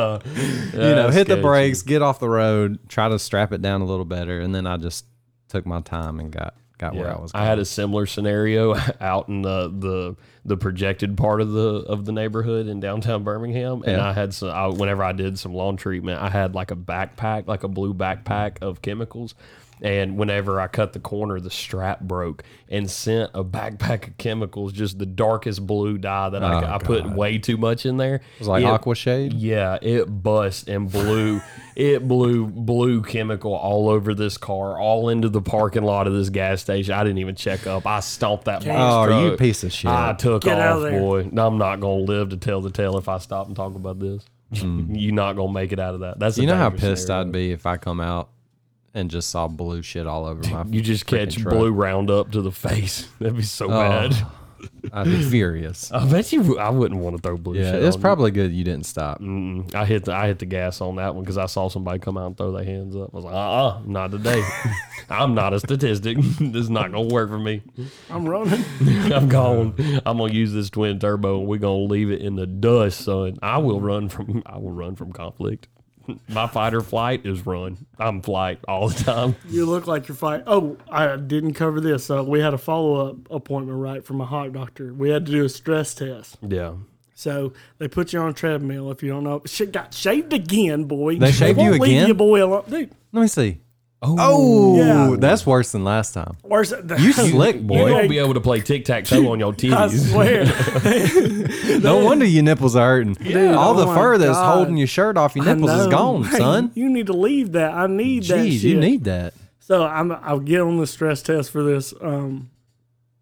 Speaker 4: know, hit the
Speaker 2: sketchy.
Speaker 4: brakes, get off the road, try to strap it down a little better. And then I just took my time and got, got where
Speaker 2: Yeah,
Speaker 4: I was
Speaker 2: I had a similar scenario out in the, the the projected part of the of the neighborhood in downtown Birmingham, and
Speaker 4: Yeah.
Speaker 2: I had some. I, whenever I did some lawn treatment, I had like a backpack, like a blue backpack of chemicals, And whenever I cut the corner, the strap broke and sent a backpack of chemicals, just the darkest blue dye that I, I put way too much in there. It
Speaker 4: Oh, was like aqua shade?
Speaker 2: yeah, it bust and blew. it blew blue chemical all over this car, all into the parking lot of this gas station. I didn't even check up. I stomped that. box
Speaker 4: Oh, you
Speaker 2: truck.
Speaker 4: piece of shit.
Speaker 2: I took
Speaker 3: Get
Speaker 2: off,
Speaker 3: out of there.
Speaker 2: boy. No, I'm not gonna live to tell the tale if I stop and talk about this. You're not gonna make it out of that. That's a
Speaker 4: Mm. You know how
Speaker 2: dangerous
Speaker 4: pissed
Speaker 2: scenario.
Speaker 4: I'd be if I come out and just saw blue shit all over my.
Speaker 2: You just catch
Speaker 4: truck. Oh.
Speaker 2: blue roundup to the face. That'd be so bad.
Speaker 4: I'd be furious.
Speaker 2: I bet you. I wouldn't want to throw blue.
Speaker 4: Yeah,
Speaker 2: Oh, shit
Speaker 4: it's
Speaker 2: on you.
Speaker 4: probably good you didn't stop.
Speaker 2: Mm, I hit the I hit the gas on that one because I saw somebody come out and throw their hands up. I was like, uh, uh not today. I'm not a statistic. this is not gonna work for me.
Speaker 3: I'm running.
Speaker 2: I'm gone. I'm gonna use this twin turbo and we're gonna leave it in the dust, son. I will run from I will run from conflict. My fight or flight is run. I'm flight all the time.
Speaker 3: You look like you're fighting. Oh, I didn't cover this. So we had a follow up appointment, right, from a heart doctor. We had to do a stress test.
Speaker 2: Yeah.
Speaker 3: So they put you on a treadmill. If you don't know, shit got shaved again, boy.
Speaker 4: They shaved
Speaker 3: won't
Speaker 4: you
Speaker 3: leave
Speaker 4: again?
Speaker 3: you boy alone, dude.
Speaker 4: Let me see. Oh,
Speaker 3: Yeah.
Speaker 4: that's worse than last time.
Speaker 3: Worse,
Speaker 4: You slick
Speaker 2: You're
Speaker 4: boy.
Speaker 2: gonna be able to play tic tac toe on your
Speaker 3: I
Speaker 2: titties.
Speaker 3: swear.
Speaker 4: No wonder your nipples are hurting. All the
Speaker 3: oh my
Speaker 4: fur that's
Speaker 3: God.
Speaker 4: holding your shirt off your nipples is
Speaker 3: No,
Speaker 4: gone,
Speaker 3: man,
Speaker 4: son.
Speaker 3: You need to leave that. I need that.
Speaker 4: Jeez, you
Speaker 3: shit.
Speaker 4: need that.
Speaker 3: So I'm I'll get on the stress test for this um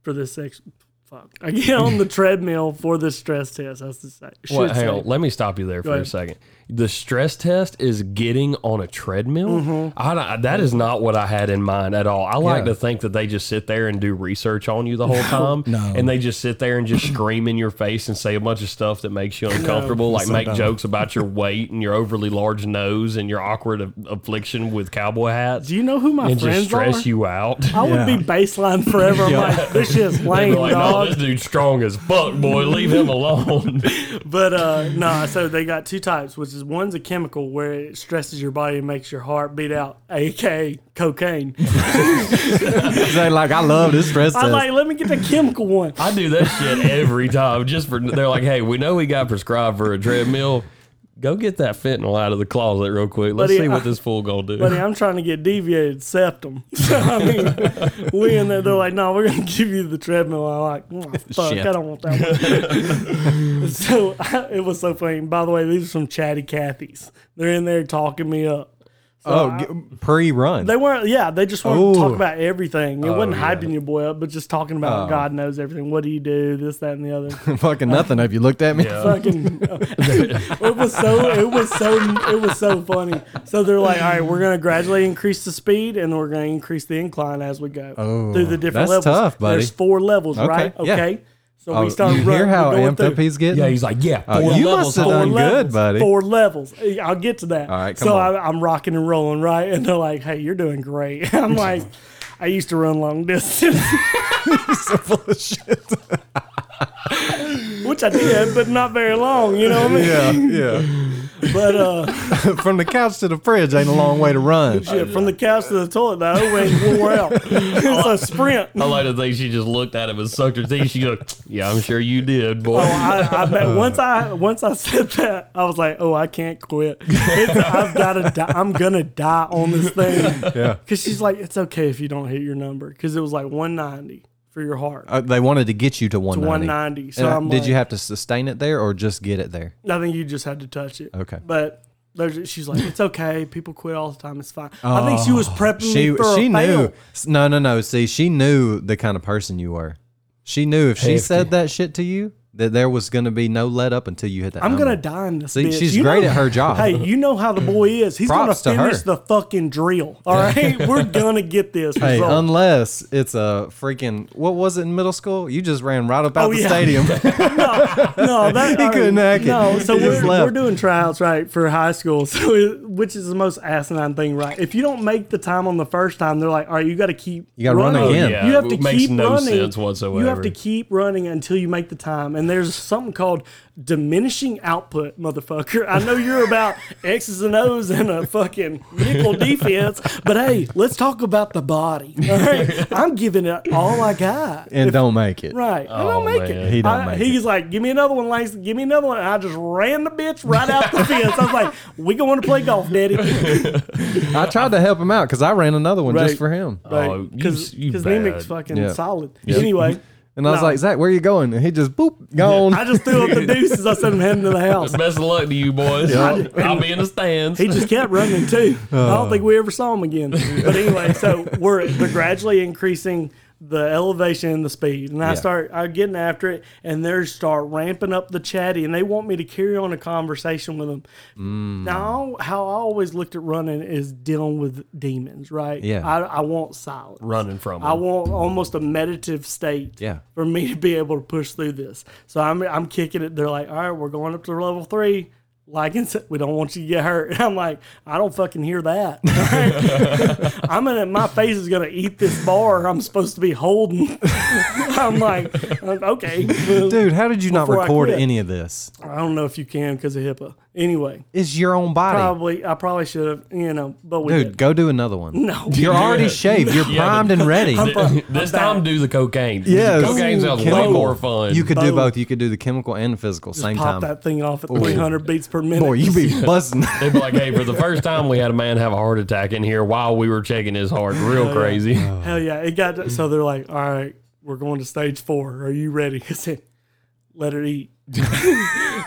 Speaker 3: for this section. Fuck. I get on the treadmill for this stress test. That's the say. should
Speaker 2: What, hang
Speaker 3: say.
Speaker 2: on. Let me stop you there for a
Speaker 3: ahead.
Speaker 2: second. The stress test is getting on a treadmill.
Speaker 3: Mm-hmm.
Speaker 2: I don't- I, that is not what I had in mind at all. I like to
Speaker 4: Yeah.
Speaker 2: think that they just sit there and do research on you the whole time, and they just sit there and just scream in your face and say a bunch of stuff that makes you uncomfortable, like make jokes about your weight and your overly large nose and your awkward a- affliction with cowboy hats,
Speaker 3: Do you know who
Speaker 2: and
Speaker 3: my
Speaker 2: just
Speaker 3: friends are?
Speaker 2: stress you out.
Speaker 3: I would be baseline forever. I'm like, this shit's lame,
Speaker 2: Like, no,
Speaker 3: dog.
Speaker 2: this dude's strong as fuck, boy. Leave him alone.
Speaker 3: But uh nah, so they got two types, which is one's a chemical where it stresses your body and makes your heart beat out, aka cocaine.
Speaker 4: They're like, I love this stress
Speaker 3: I
Speaker 4: test.
Speaker 3: like, let me get the chemical one.
Speaker 2: I do that shit every time just for they're like, hey, we know we got prescribed for a treadmill. Go get that fentanyl out of the closet real quick. Let's
Speaker 3: Buddy,
Speaker 2: see what
Speaker 3: I-
Speaker 2: this fool gonna do.
Speaker 3: Buddy, I'm trying to get deviated septum. So I mean, we in there. They're like, no, we're gonna give you the treadmill. I'm like, "Mm, fuck,
Speaker 4: Shit.
Speaker 3: I don't want that one. so I, it was so funny. By the way, these are some chatty Cathy's. They're in there talking me up.
Speaker 4: oh, g- pre-run.
Speaker 3: uh, They weren't. Yeah, they just wanted to
Speaker 4: Ooh.
Speaker 3: talk about everything. It wasn't hyping your boy up, but just talking about
Speaker 4: Oh.
Speaker 3: God knows everything. What do you do? This, that, and the other.
Speaker 4: Fucking nothing. Have you looked at me?
Speaker 3: fucking it was so it was so it was so funny so they're like all right we're going to gradually increase the speed and we're going to increase the incline as we go
Speaker 4: Oh,
Speaker 3: through the different levels
Speaker 4: that's tough, buddy.
Speaker 3: there's four levels
Speaker 4: Okay,
Speaker 3: right
Speaker 4: yeah.
Speaker 3: okay so
Speaker 4: Oh,
Speaker 3: we start
Speaker 4: you
Speaker 3: running
Speaker 4: hear how
Speaker 3: we're going
Speaker 4: amped
Speaker 3: through.
Speaker 4: up he's getting?
Speaker 2: yeah, he's like, yeah,
Speaker 4: Oh,
Speaker 2: four
Speaker 4: you
Speaker 2: levels.
Speaker 4: must have
Speaker 2: homie.
Speaker 4: done good,
Speaker 3: levels,
Speaker 4: buddy.
Speaker 3: Four levels. I'll get to that.
Speaker 4: All right, come
Speaker 3: so
Speaker 4: on.
Speaker 3: I, I'm rocking and rolling, right? And they're like, "Hey, you're doing great." I'm like, "I used to run long distance." Which I did, but not very long. You know what I mean?
Speaker 4: yeah, yeah.
Speaker 3: But uh,
Speaker 4: From the couch to the fridge ain't a long way to run.
Speaker 3: shit, from the couch to the toilet, that whole way wore out. it's a sprint.
Speaker 2: I like to think she just looked at him and sucked her teeth. She goes, Yeah, I'm sure you did, boy.
Speaker 3: Oh, I, I
Speaker 4: Uh.
Speaker 3: bet once I once I said that, I was like, "Oh, I can't quit. It's, I've got to. Die. I'm gonna die on this thing."
Speaker 4: Yeah.
Speaker 3: Because she's like, "It's okay if you don't hit your number," because it was like 190 for your heart.
Speaker 4: Uh, they wanted to get you to 190.
Speaker 3: 190. So
Speaker 4: And, uh,
Speaker 3: I'm
Speaker 4: did
Speaker 3: like,
Speaker 4: you have to sustain it there or just get it there?
Speaker 3: I think you just had to touch it.
Speaker 4: Okay.
Speaker 3: But there's, she's like, "It's okay. People quit all the time. It's fine." I think she was prepping
Speaker 4: Oh, She
Speaker 3: me for
Speaker 4: she
Speaker 3: a
Speaker 4: knew.
Speaker 3: fail.
Speaker 4: S- No, no, no. See, she knew the kind of person you were. She knew if she said that shit to you, that there was going to be no let up until you hit that.
Speaker 3: I'm
Speaker 4: number.
Speaker 3: gonna die in this.
Speaker 4: Um, See,
Speaker 3: bitch.
Speaker 4: she's
Speaker 3: You
Speaker 4: great
Speaker 3: know-
Speaker 4: at her job.
Speaker 3: Hey, you know how the boy is. He's gonna
Speaker 4: Props to her.
Speaker 3: finish the fucking drill. All right, we're gonna get this.
Speaker 4: Hey,
Speaker 3: result.
Speaker 4: unless it's a freaking what was it in middle school? You just ran right up out
Speaker 3: Oh,
Speaker 4: the
Speaker 3: yeah.
Speaker 4: stadium.
Speaker 3: no, that, he
Speaker 4: couldn't hack it.
Speaker 3: No, so
Speaker 4: He just
Speaker 3: we're,
Speaker 4: left.
Speaker 3: we're doing tryouts right for high school, so it, which is the most asinine thing, right? If you don't make the time on the first time, they're like, all right, you got to keep.
Speaker 4: You gotta run again.
Speaker 2: Yeah,
Speaker 3: you have to
Speaker 2: it makes
Speaker 3: keep
Speaker 2: no
Speaker 3: running.
Speaker 2: sense whatsoever.
Speaker 3: You have to keep running until you make the time, and and there's something called diminishing output, motherfucker. I know you're about X's and O's and a fucking nickel defense, but hey, let's talk about the body. All right? I'm giving it all I got.
Speaker 4: and don't make it.
Speaker 3: Right. I
Speaker 2: Oh,
Speaker 3: don't make
Speaker 2: man.
Speaker 3: it.
Speaker 4: He don't
Speaker 3: I-
Speaker 4: make
Speaker 3: he's like, give me another one, Langston. Give me another one. And I just ran the bitch right out the fence. I was like, we going to play golf, daddy.
Speaker 4: I tried to help him out because I ran another one
Speaker 3: Right.
Speaker 4: just for him.
Speaker 2: Oh, you s-
Speaker 3: Because
Speaker 2: you bad.
Speaker 3: Nemec's fucking
Speaker 4: Yeah.
Speaker 3: solid. Anyway.
Speaker 4: And I was
Speaker 3: No.
Speaker 4: like, Zach, where are you going? And he just boop gone.
Speaker 3: I just threw up the deuces. I said I'm heading to the house.
Speaker 2: Best of luck to you boys. I'll be in the stands.
Speaker 3: Oh. He just kept running too. I don't think we ever saw him again. But anyway, so we're they're gradually increasing the elevation and the speed, and I
Speaker 4: Yeah.
Speaker 3: start I'm getting after it, and they start ramping up the chatty, and they want me to carry on a conversation with them.
Speaker 4: Mm.
Speaker 3: Now, how I always looked at running is dealing with demons, right?
Speaker 4: Yeah.
Speaker 3: I, I want silence.
Speaker 2: running from
Speaker 3: I
Speaker 2: them.
Speaker 3: want almost a meditative state
Speaker 4: Yeah.
Speaker 3: for me to be able to push through this. So I'm I'm kicking it. They're like, all right, we're going up to level three. Like and said, we don't want you to get hurt. I'm like, I don't fucking hear that. I'm gonna, my face is gonna eat this bar I'm supposed to be holding. I'm like, "Uh, okay,
Speaker 4: Dude, how did you not
Speaker 3: Before I
Speaker 4: record
Speaker 3: quit.
Speaker 4: any of this?
Speaker 3: I don't know if you can because of HIPAA. Anyway,
Speaker 4: It's your own body.
Speaker 3: probably I probably should have, you know, but we
Speaker 4: Dude,
Speaker 3: did.
Speaker 4: go do another one.
Speaker 3: no.
Speaker 4: You're already shaved. You're
Speaker 2: Yeah,
Speaker 4: primed and ready.
Speaker 2: this time, do the cocaine.
Speaker 4: Yes.
Speaker 2: cocaine sounds
Speaker 4: Ooh,
Speaker 2: way
Speaker 4: chemical.
Speaker 2: more fun.
Speaker 4: You could do
Speaker 3: Both.
Speaker 4: both. You could do the chemical and the physical same
Speaker 3: Pop
Speaker 4: time.
Speaker 3: that thing off at 300 beats per minute.
Speaker 4: Boy, you be buzzing.
Speaker 2: They'd be like, hey, for the first time, we had a man have a heart attack in here while we were checking his heart. Real crazy.
Speaker 3: Hell yeah. It got so they're like, all right, we're going to stage four. Are you ready? I said, let it eat.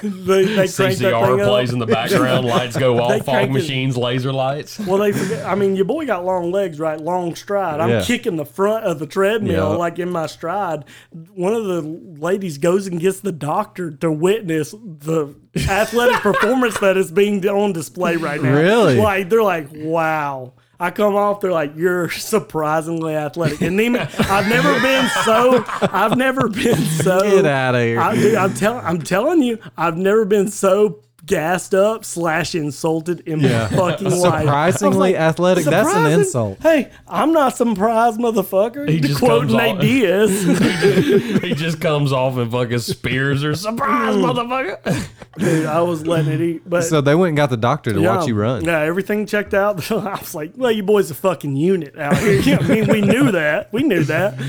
Speaker 3: they, they cranked that thing
Speaker 2: CCR
Speaker 3: up.
Speaker 2: plays in the background. lights go
Speaker 3: They
Speaker 2: off. Fog
Speaker 3: cranked it.
Speaker 2: machines, laser lights.
Speaker 3: Well, they forget. I mean, your boy got long legs, right? Long stride. I'm
Speaker 4: Yeah.
Speaker 3: kicking the front of the treadmill
Speaker 4: Yeah.
Speaker 3: like in my stride. One of the ladies goes and gets the doctor to witness the athletic performance that is being on display right now.
Speaker 4: Really?
Speaker 3: Like they're like, wow. I come off, they're like, "You're surprisingly athletic," and Neiman, I've never been so. I've never been so.
Speaker 4: Get outta here.
Speaker 3: I, dude, I'm telling, I'm telling you, I've never been so gassed up slash insulted in
Speaker 4: Yeah.
Speaker 3: my fucking life. I was
Speaker 4: Surprisingly
Speaker 3: like,
Speaker 4: athletic. That's an
Speaker 3: "Surprising?
Speaker 4: insult.
Speaker 3: Hey, I'm not surprised, motherfucker.
Speaker 2: He
Speaker 3: to
Speaker 2: just
Speaker 3: quote
Speaker 2: comes
Speaker 3: Nate
Speaker 2: off-
Speaker 3: Diaz.
Speaker 2: He just comes off and fucking spears her. Surprise,
Speaker 3: Mm.
Speaker 2: motherfucker.
Speaker 3: dude, I was letting it eat, but.
Speaker 4: So they went and got the doctor to
Speaker 3: yeah,
Speaker 4: watch you run.
Speaker 3: Yeah, everything checked out. I was like, well, you boys a fucking unit out here. Yeah, I mean, we knew that. We knew that.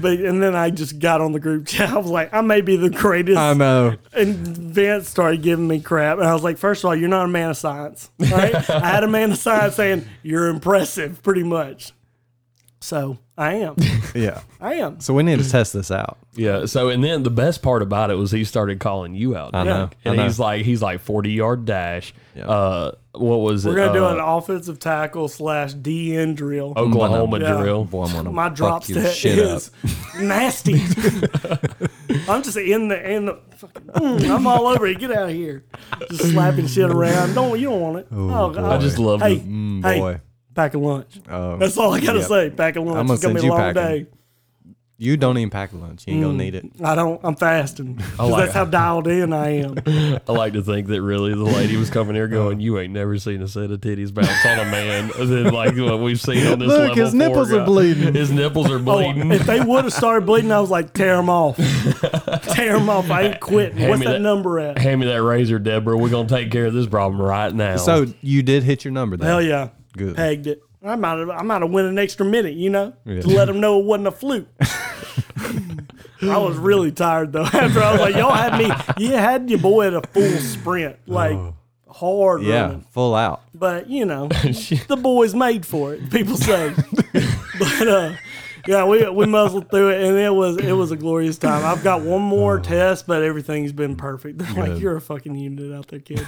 Speaker 3: But and then I just got on the group chat. I was like, I may be the greatest
Speaker 4: I know.
Speaker 3: And Vince started giving me crap, and I was like, first of all, you're not a man of science. Right? I had a man of science saying you're impressive, pretty much. So I am.
Speaker 4: Yeah.
Speaker 3: I am.
Speaker 4: So we need to test this out.
Speaker 2: Yeah. So, and then the best part about it was he started calling you out.
Speaker 4: I know. I
Speaker 2: And
Speaker 4: know.
Speaker 2: he's like, he's like 40 yard dash.
Speaker 4: Yeah.
Speaker 2: Uh, what was
Speaker 3: We're
Speaker 2: it?
Speaker 3: gonna do
Speaker 2: Uh,
Speaker 3: an offensive tackle slash DN drill.
Speaker 2: Oklahoma
Speaker 3: Yeah.
Speaker 2: drill.
Speaker 4: Boy, I'm Oh, gonna
Speaker 3: My
Speaker 4: fuck
Speaker 3: drop
Speaker 4: your
Speaker 3: step
Speaker 4: shit
Speaker 3: is
Speaker 4: up.
Speaker 3: nasty. I'm just in the in the. Fucking, mm, I'm all over it. Get out of here. Just slapping shit around. Don't you don't want it? Oh,
Speaker 2: I just love
Speaker 3: Hey,
Speaker 2: the-
Speaker 3: hey,
Speaker 4: mm, boy.
Speaker 3: pack a lunch.
Speaker 4: Oh,
Speaker 3: That's all I gotta
Speaker 4: yep.
Speaker 3: say. Pack a lunch.
Speaker 4: I'm gonna
Speaker 3: it's gonna
Speaker 4: send
Speaker 3: be a
Speaker 4: you
Speaker 3: long
Speaker 4: packing.
Speaker 3: day.
Speaker 4: You don't even pack lunch. You ain't
Speaker 3: Mm.
Speaker 4: gonna need it.
Speaker 3: I don't. I'm fasting. 'Cause
Speaker 2: like
Speaker 3: that's how dialed in I am.
Speaker 2: I like to think that really the lady was coming here going, "You ain't never seen a set of titties bounce on a man," and then like what we've seen on this
Speaker 4: Look,
Speaker 2: level.
Speaker 4: his nipples
Speaker 2: four
Speaker 4: are
Speaker 2: guy.
Speaker 4: bleeding.
Speaker 2: His nipples are
Speaker 3: Oh,
Speaker 2: bleeding.
Speaker 3: if they would have started bleeding, I was like, tear them off. tear them off. I ain't quitting.
Speaker 2: Hand
Speaker 3: What's
Speaker 2: me
Speaker 3: that,
Speaker 2: that-
Speaker 3: number at?
Speaker 2: Hand me that razor, Deborah. We're gonna take care of this problem right now.
Speaker 4: So you did hit your number though.
Speaker 3: Hell yeah.
Speaker 4: Good.
Speaker 3: Pegged it. I might have. I might have went an extra minute. You know, to
Speaker 4: Yeah.
Speaker 3: let them know it wasn't a fluke. I was really tired though. After I was like, y'all had me. You had your boy at a full sprint, like hard
Speaker 4: Yeah,
Speaker 3: running.
Speaker 4: full out.
Speaker 3: but you know, the boy's made for it. People say, but uh, yeah, we we muzzled through it, and it was it was a glorious time. I've got one more
Speaker 4: Oh.
Speaker 3: test, but everything's been perfect. They're like, you're a fucking unit out there, kid.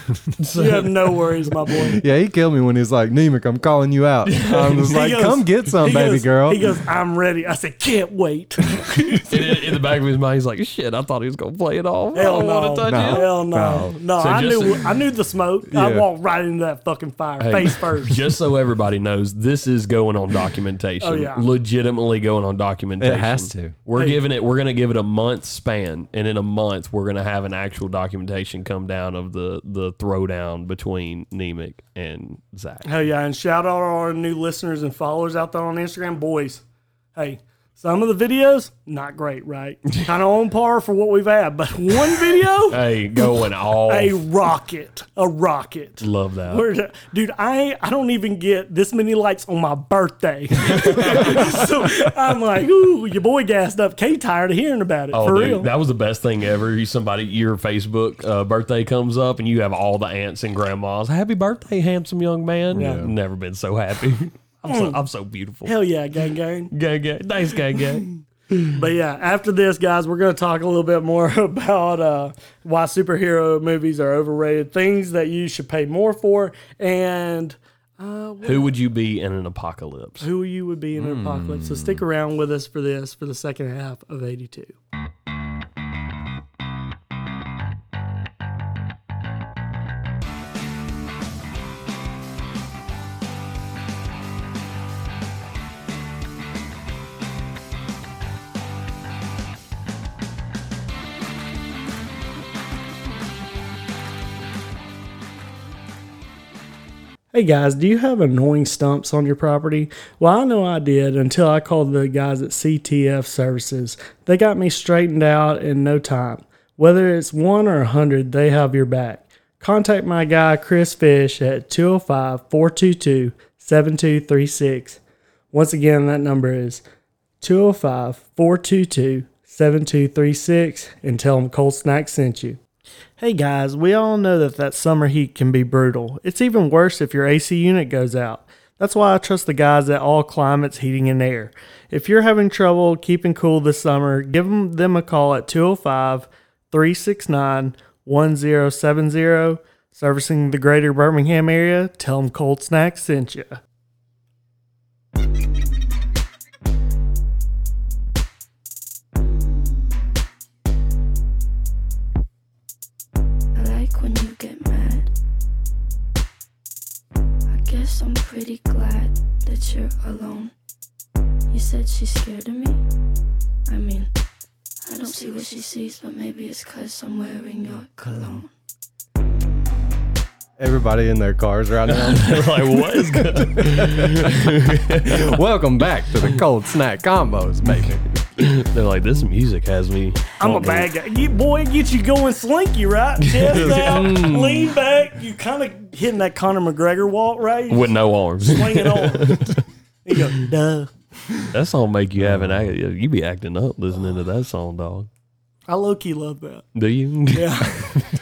Speaker 3: you have no worries, my boy.
Speaker 4: Yeah, he killed me when he's like, Nemec, I'm calling you out. I was
Speaker 3: He
Speaker 4: like,
Speaker 3: goes-
Speaker 4: come get some,
Speaker 3: he
Speaker 4: baby
Speaker 3: goes-
Speaker 4: girl.
Speaker 3: He goes, I'm ready. I said, can't wait.
Speaker 2: in, in the back of his mind, he's like, "Shit, I thought he was gonna play it off. I
Speaker 3: Hell
Speaker 2: don't
Speaker 3: no.
Speaker 2: want to Oh, touch
Speaker 4: No.
Speaker 2: it."
Speaker 3: Hell no.
Speaker 4: No.
Speaker 3: No,
Speaker 2: So
Speaker 3: I
Speaker 2: just-
Speaker 3: knew I knew the smoke. I
Speaker 4: Yeah.
Speaker 3: walked right into that fucking fire, face first.
Speaker 2: Just so everybody knows, this is going on documentation.
Speaker 3: Oh, yeah.
Speaker 2: Legitimately going on documentation.
Speaker 4: It has to.
Speaker 2: We're giving it. We're going to give it a month span, and in a month, we're going to have an actual documentation come down of the the throwdown between Nemec and Zach.
Speaker 3: Hell yeah. And shout out all our new listeners and followers out there on Instagram. Boys, hey, Some of the videos, not great, right? kind of on par for what we've had, but one video,
Speaker 2: Hey, going all
Speaker 3: a rocket, a rocket.
Speaker 2: love that.
Speaker 3: Where- dude, I I don't even get this many likes on my birthday. so I'm like, ooh, your boy gassed up. K tired of hearing about it
Speaker 2: Oh,
Speaker 3: for
Speaker 2: dude,
Speaker 3: real.
Speaker 2: that was the best thing ever. You, somebody, your Facebook uh, birthday comes up, and you have all the aunts and grandmas. Happy birthday, handsome young man!
Speaker 3: Yeah.
Speaker 2: I've never been so happy. I'm so, I'm so beautiful.
Speaker 3: Hell yeah, gang gang.
Speaker 2: Gang, gang. Thanks, gang, gang.
Speaker 3: But yeah, after this, guys, we're gonna talk a little bit more about uh, why superhero movies are overrated, things that you should pay more for, and
Speaker 2: Who would you be in an apocalypse?
Speaker 3: who you would be in an apocalypse. So stick around with us for this for the second half of eighty two. Hey guys, do you have annoying stumps on your property? Well, I know I did until I called the guys at CTF Services. They got me straightened out in no time. Whether it's one or a hundred, they have your back. Contact my guy Chris Fish at 205 422 7236. Once again, that number is 205 422 7236 and tell them Cold Snack sent you. Hey guys, we all know that that summer heat can be brutal. It's even worse if your AC unit goes out. That's why I trust the guys at All Climates Heating and Air. If you're having trouble keeping cool this summer, give 'em- them a call at 205 369 1070. Servicing the greater Birmingham area, tell them Cold Snack sent you.
Speaker 5: I like when you get mad. I guess I'm pretty glad that you're alone. You said she's scared of me? I mean, I don't see what she sees, but maybe it's cause I'm wearing your cologne.
Speaker 4: Everybody in their cars right now.
Speaker 2: They're like, what is good?
Speaker 4: Welcome back to the cold snack combos, baby.
Speaker 2: They're like, this music has me.
Speaker 3: I'm a bad guy. You, boy, get you going slinky, right? Chest out, lean back. You kind of hitting that Conor McGregor walk, right? You
Speaker 2: With no arms.
Speaker 3: Swing it on. you go, duh.
Speaker 2: That song make you have an act. You be acting up listening to that song, dog.
Speaker 3: I low key love that.
Speaker 2: Do you?
Speaker 3: Yeah.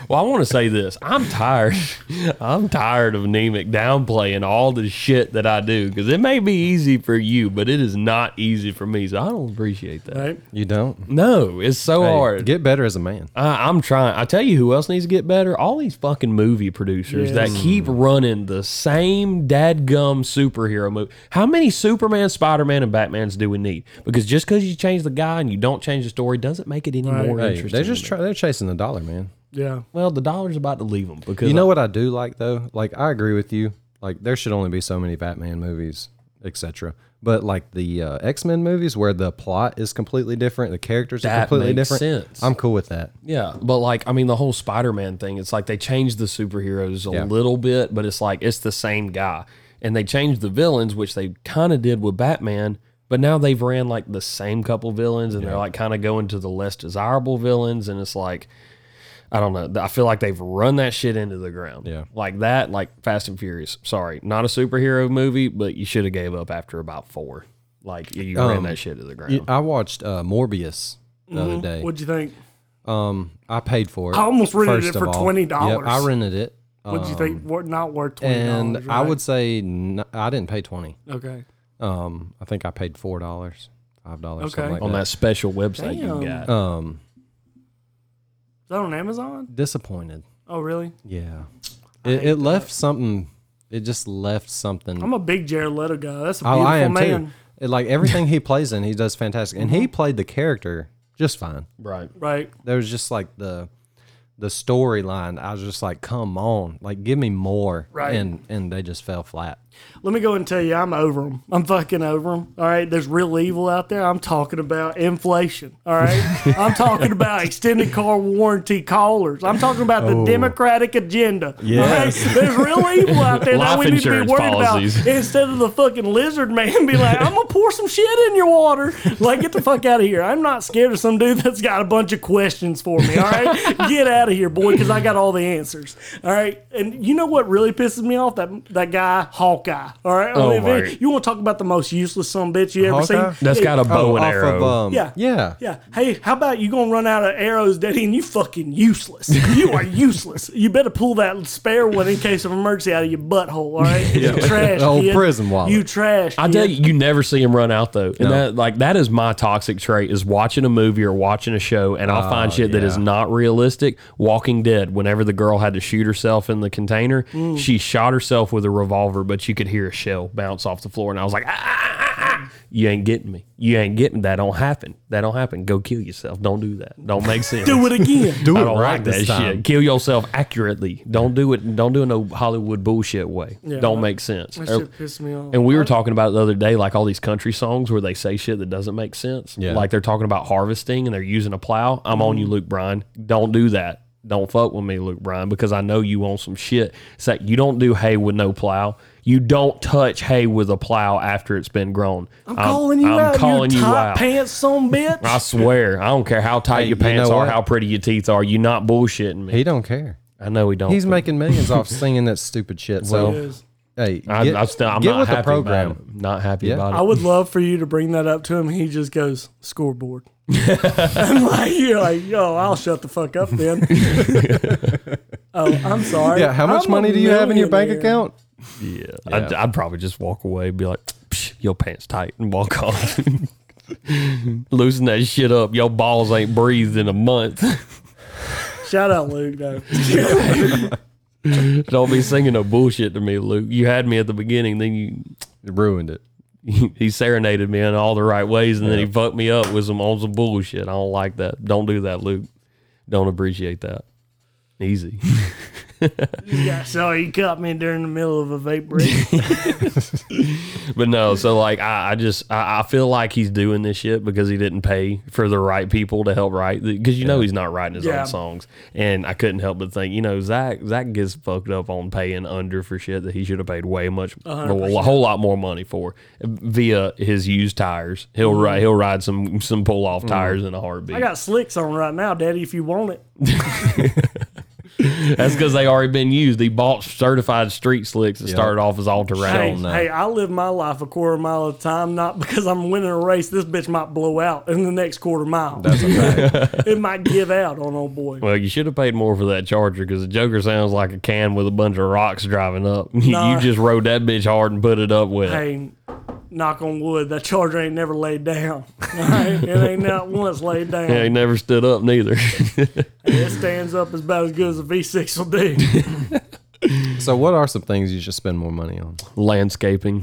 Speaker 2: Well, I want to say this. I'm tired. I'm tired of Nemec downplaying all the shit that I do because it may be easy for you, but it is not easy for me. So I don't appreciate that.
Speaker 3: right?
Speaker 4: You don't?
Speaker 2: No, it's so
Speaker 4: Hey,
Speaker 2: hard.
Speaker 4: Get better as a man.
Speaker 2: I, I'm trying. I tell you who else needs to get better? All these fucking movie producers
Speaker 3: Yes.
Speaker 2: that keep
Speaker 4: Mm.
Speaker 2: running the same dadgum superhero movie. How many Superman, Spider Man, and Batmans do we need? Because just because you change the guy and you don't change the story doesn't make it any more
Speaker 4: Hey,
Speaker 2: interesting.
Speaker 4: they're just
Speaker 2: to me.
Speaker 4: try, they're chasing the dollar, man.
Speaker 3: Yeah.
Speaker 2: well, the dollar's about to leave them because
Speaker 4: You know what I do like though? Like I agree with you. Like there should only be so many Batman movies, etc. But like the uh, X Men movies, where the plot is completely different, the characters are
Speaker 2: That
Speaker 4: completely
Speaker 2: makes
Speaker 4: different.
Speaker 2: sense.
Speaker 4: I'm cool with that.
Speaker 2: Yeah, but like I mean, the whole Spider-Man thing. It's like they changed the superheroes a
Speaker 4: Yeah.
Speaker 2: little bit, but it's like it's the same guy, and they changed the villains, which they kind of did with Batman. But now they've ran like the same couple villains, and they're like kind of going to the less desirable villains, and it's like. I don't know. I feel like they've run that shit into the ground.
Speaker 4: Yeah.
Speaker 2: Like that, like Fast and Furious. Sorry, not a superhero movie, but you should have gave up after about four. Like you ran
Speaker 4: Um,
Speaker 2: that shit to the ground.
Speaker 4: You- I watched uh, Morbius the other day.
Speaker 3: What'd you think?
Speaker 4: Um, I paid for it.
Speaker 3: Mm-hmm. I almost rented
Speaker 4: first
Speaker 3: it
Speaker 4: of
Speaker 3: for
Speaker 4: all.
Speaker 3: $20.
Speaker 4: Yep, I rented it. um,
Speaker 3: What'd you think? Wor- Not worth $20.
Speaker 4: and I
Speaker 3: right?
Speaker 4: would say n I didn't pay twenty.
Speaker 3: Okay.
Speaker 4: Um, I think I paid four dollars, five dollars,
Speaker 3: Okay.
Speaker 4: something like
Speaker 2: on that
Speaker 4: that.
Speaker 2: special website you
Speaker 3: Damn.
Speaker 2: got.
Speaker 4: Um,
Speaker 3: Is that on Amazon?
Speaker 4: disappointed.
Speaker 3: Oh, really?
Speaker 4: Yeah, it, it left something. It just left something.
Speaker 3: I'm a big Jared Leto guy. That's a
Speaker 4: Oh,
Speaker 3: beautiful
Speaker 4: I am
Speaker 3: man. Mm-hmm.
Speaker 4: too. It- Like everything he plays in, he does fantastic, and he played the character just fine.
Speaker 2: right.
Speaker 3: Right.
Speaker 4: There was just like the the storyline. I was just like, come on, like give me more.
Speaker 3: Right.
Speaker 4: And and they just fell flat.
Speaker 3: Let me go and tell you, I'm over them. I'm fucking over them. All right, there's real evil out there. I'm talking about inflation. All right, I'm talking about extended car warranty callers. I'm talking about
Speaker 4: Oh.
Speaker 3: the Democratic agenda.
Speaker 1: Yes.
Speaker 3: all right? there's real evil out there
Speaker 2: Life
Speaker 3: that we need to be
Speaker 2: insurance
Speaker 3: worried
Speaker 2: policies.
Speaker 3: about instead of the fucking lizard man. Be like, I'm gonna pour some shit in your water. Like, get the fuck out of here. I'm not scared of some dude that's got a bunch of questions for me. All right, get out of here, boy, because I got all the answers. All right, and you know what really pisses me off? That that guy Hawkeye. All right, I
Speaker 1: Oh,
Speaker 3: mean, if
Speaker 1: my-
Speaker 3: you want to talk about the most useless son bitch you ever
Speaker 4: Hawkeye?
Speaker 3: seen?
Speaker 1: That's
Speaker 3: Yeah,
Speaker 1: got a bow
Speaker 4: Oh,
Speaker 1: and
Speaker 4: off
Speaker 1: arrow.
Speaker 4: of, um,
Speaker 3: Yeah.
Speaker 4: yeah.
Speaker 3: yeah. Hey, how about you gonna run out of arrows, Daddy, and you fucking useless. You are useless. You better pull that spare one in case of emergency out of your butthole. All right, you trash.
Speaker 4: The old
Speaker 3: kid.
Speaker 4: prison wallet.
Speaker 3: You trash.
Speaker 2: I
Speaker 3: kid.
Speaker 2: tell you, you never see him run out though, and that like that is my toxic trait is watching a movie or watching a show, and I'll find shit that is
Speaker 4: Oh, yeah.
Speaker 2: not realistic. Walking Dead, whenever the girl had to shoot herself in the container,
Speaker 4: Mm.
Speaker 2: she shot herself with a revolver, but you could hear a shell bounce off the floor, and I was like, ah, ah, ah, ah, you ain't getting me, you ain't getting that. Don't happen. That don't happen. Go kill yourself. Don't do that. Don't make sense.
Speaker 3: do it again.
Speaker 4: Do
Speaker 2: I
Speaker 4: it
Speaker 2: don't
Speaker 4: right
Speaker 2: like
Speaker 4: this
Speaker 2: that
Speaker 4: time.
Speaker 2: shit. Kill yourself accurately. Don't do it. Don't do it no Hollywood bullshit way. don't
Speaker 3: that-
Speaker 2: make sense.
Speaker 3: That
Speaker 2: Or-
Speaker 3: shit pissed me off.
Speaker 2: and we were talking about it the other day, like all these country songs where they say shit that doesn't make sense.
Speaker 4: Yeah.
Speaker 2: Like they're talking about harvesting and they're using a plow. I'm on
Speaker 3: Mm-hmm.
Speaker 2: you, Luke Bryan. Don't do that. Don't fuck with me, Luke Bryan, because I know you on some shit. It's like you don't do hay with no plow. You don't touch hay with a plow after it's been grown.
Speaker 3: I'm calling you
Speaker 2: I'm
Speaker 3: out.
Speaker 2: calling
Speaker 3: you
Speaker 2: you
Speaker 3: tight
Speaker 2: out.
Speaker 3: pants, son bitch.
Speaker 2: I swear, I don't care how tight
Speaker 4: Hey,
Speaker 2: your
Speaker 4: you know
Speaker 2: pants are,
Speaker 4: what?
Speaker 2: how pretty your teeth are. You're not bullshitting me.
Speaker 4: He don't care.
Speaker 2: I know he don't.
Speaker 4: He's
Speaker 2: but
Speaker 4: making millions off singing that stupid shit. So
Speaker 2: Well,
Speaker 3: Yes.
Speaker 4: hey,
Speaker 2: I,
Speaker 4: get,
Speaker 2: I still, I'm
Speaker 4: get
Speaker 2: not
Speaker 4: with
Speaker 2: happy
Speaker 4: the program.
Speaker 2: About it. Not happy
Speaker 4: Yeah.
Speaker 2: about it.
Speaker 3: I would love for you to bring that up to him. He just goes scoreboard. I'm like, you're like, yo, I'll shut the fuck up then. oh, I'm sorry.
Speaker 4: Yeah, how much
Speaker 3: I'm a
Speaker 4: money do you have in your bank
Speaker 3: millionaire.
Speaker 4: account?
Speaker 2: Yeah, I'd, I'd probably just walk away, and be like, "Psh, "Your pants tight," and walk off. Loosen that shit up. Your balls ain't breathed in a month.
Speaker 3: Shout out Luke though.
Speaker 2: Don't be singing no bullshit to me, Luke. You had me at the beginning, then you
Speaker 4: It ruined it.
Speaker 2: he serenaded me in all the right ways, and then he fucked me up with some on some bullshit. I don't like that. Don't do that, Luke. Don't appreciate that. Easy.
Speaker 3: yeah, so he caught me during the middle of a vape break.
Speaker 2: But no, so like I, I just I, I feel like he's doing this shit because he didn't pay for the right people to help write because you know he's not writing his
Speaker 3: Yeah.
Speaker 2: own songs. And I couldn't help but think, you know, Zach Zach gets fucked up on paying under for shit that he should have paid way much a whole lot more money for via his used tires. He'll ride he'll ride some some pull off tires in a heartbeat.
Speaker 3: Mm-hmm. I got slicks on right now, Daddy. If you want it,
Speaker 2: That's because they already been used. He bought certified street slicks that started off as all
Speaker 3: hey,
Speaker 2: terrain.
Speaker 4: know.
Speaker 3: hey, I live my life a quarter mile at a time, not because I'm winning a race. This bitch might blow out in the next quarter mile.
Speaker 4: That's a fact.
Speaker 3: it might give out on old boy.
Speaker 2: Well, you should have paid more for that charger because the Joker sounds like a can with a bunch of rocks driving up.
Speaker 3: Nah.
Speaker 2: you just rode that bitch hard and put it up with. it.
Speaker 3: Hey, knock on wood, that charger ain't never laid down. All right? It ain't not once laid down.
Speaker 2: Yeah, he never stood up neither.
Speaker 3: It stands up as about as good as a V6 will do.
Speaker 4: so what are some things you should spend more money on?
Speaker 2: landscaping.